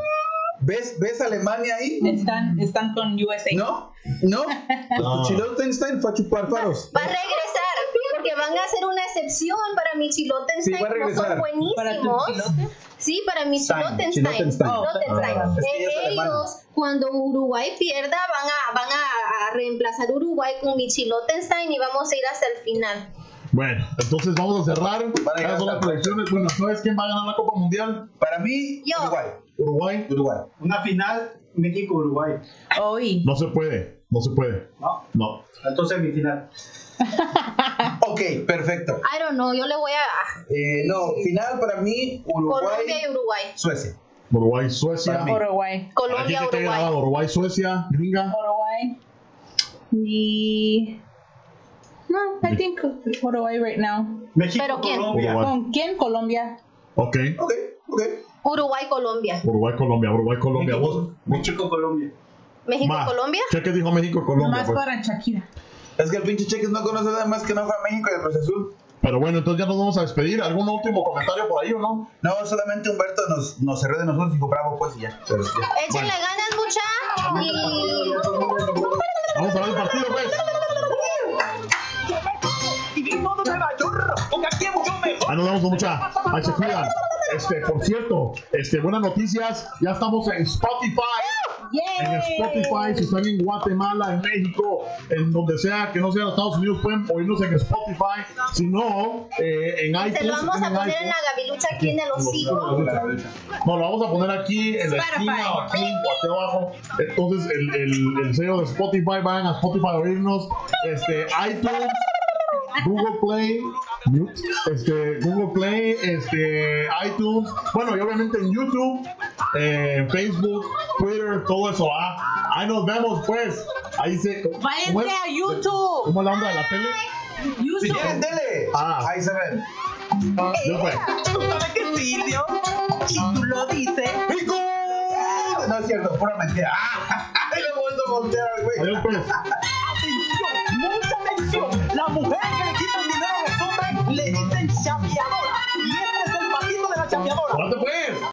S5: ¿Ves, ¿Ves Alemania ahí?
S8: Están, están con USA.
S5: ¿No? ¿No?
S3: (laughs) No.
S5: Tu Chilotenstein fue a chupar faros.
S6: Va a regresar, porque van a hacer una excepción para Michi Lottenstein,
S5: Sí, va a
S6: como son
S5: regresar.
S8: Para tu
S6: buenísimos.
S8: chilote.
S6: Sí, para Michi
S5: Stein,
S6: Lottenstein.
S5: Lottenstein.
S6: Oh, Lottenstein.
S3: Ah,
S5: es que ella es
S6: Eh,
S5: alemana.
S6: ellos, cuando Uruguay pierda, van a, van a, a reemplazar Uruguay con Michi Lottenstein y vamos a ir hasta el final.
S3: Bueno, entonces vamos a cerrar.
S5: Vale,
S3: Esas son las
S5: gracias.
S3: predicciones. Bueno, ¿sabes quién va a ganar la Copa Mundial?
S5: Para mí,
S6: Yo.
S5: Uruguay.
S3: Uruguay.
S5: Uruguay.
S2: Una final México-Uruguay.
S8: Hoy.
S3: No se puede. No se puede.
S2: No,
S3: No.
S2: entonces semifinal.
S5: Ok, perfecto.
S6: I don't know, yo le voy a...
S5: Eh, no, final para mí,
S6: Colombia y
S5: Uruguay,
S6: Uruguay.
S5: Suecia.
S3: Uruguay, Suecia.
S5: Para mí.
S8: Uruguay.
S3: Aquí
S6: Colombia,
S3: se queda
S6: Uruguay.
S3: grabado. Uruguay, Suecia. Gringa.
S8: Uruguay. Y. No, I think Uruguay right now.
S6: ¿Pero quién?
S2: México-Colombia.
S3: Uruguay.
S8: ¿Con quién? Colombia.
S3: Ok.
S5: Ok, ok.
S6: Uruguay, Colombia.
S3: Uruguay, Colombia. Uruguay, Colombia. Vos.
S2: México- México-Colombia.
S6: México,
S3: Ma,
S6: Colombia.
S3: ¿Qué que dijo México, Colombia?
S8: Más
S3: pues?
S8: para Shakira.
S5: Es que el pinche Cheques no conoce nada más que no fue a México y a Cruz Azul.
S3: Pero bueno, entonces ya nos vamos a despedir. ¿Algún último comentario por ahí o no?
S5: No, solamente Humberto nos, nos cerró de nosotros y dijo, bravo, pues, y ya. Pero sí.
S6: Échenle ganas, mucha. Y...
S3: Vamos a ver el partido, pues. Ah, nos vemos mucha. Ahí se cuidan. Este, por cierto, este, buenas noticias. Ya estamos en Spotify.
S8: ¡Yay!
S3: en Spotify, si están en Guatemala, en México, en donde sea que no sea Estados Unidos, pueden oírnos en Spotify. Si no, eh, en iTunes.
S6: Se lo
S3: si
S6: vamos a
S3: tienen
S6: poner en la
S3: iTunes.
S6: gavilucha aquí en el hocico.
S3: No, lo vamos a poner aquí en la esquina o aquí o aquí abajo. Entonces, el, el, el sello de Spotify, vayan a Spotify a oírnos. Este, iTunes, Google Play, mute, este, Google Play, este, iTunes. Bueno, y obviamente en YouTube, eh, Facebook, Twitter, todo eso. Ah, ahí nos vemos, pues. Ahí se. ¿cómo es?
S8: Váyanse a YouTube.
S3: ¿Cómo es la onda de la tele?
S5: Si
S8: YouTube.
S5: quieren, dele.
S3: Ah.
S5: Ahí se ven.
S3: Ya fue.
S8: ¿Tú sabes que sí, Dios? Si tú lo dices.
S5: No es (laughs) cierto, pura mentira. ¡Ah! ¡Ay, le vuelto a voltear al güey!
S3: Adiós, pues.
S8: ¡Muchas
S3: pues.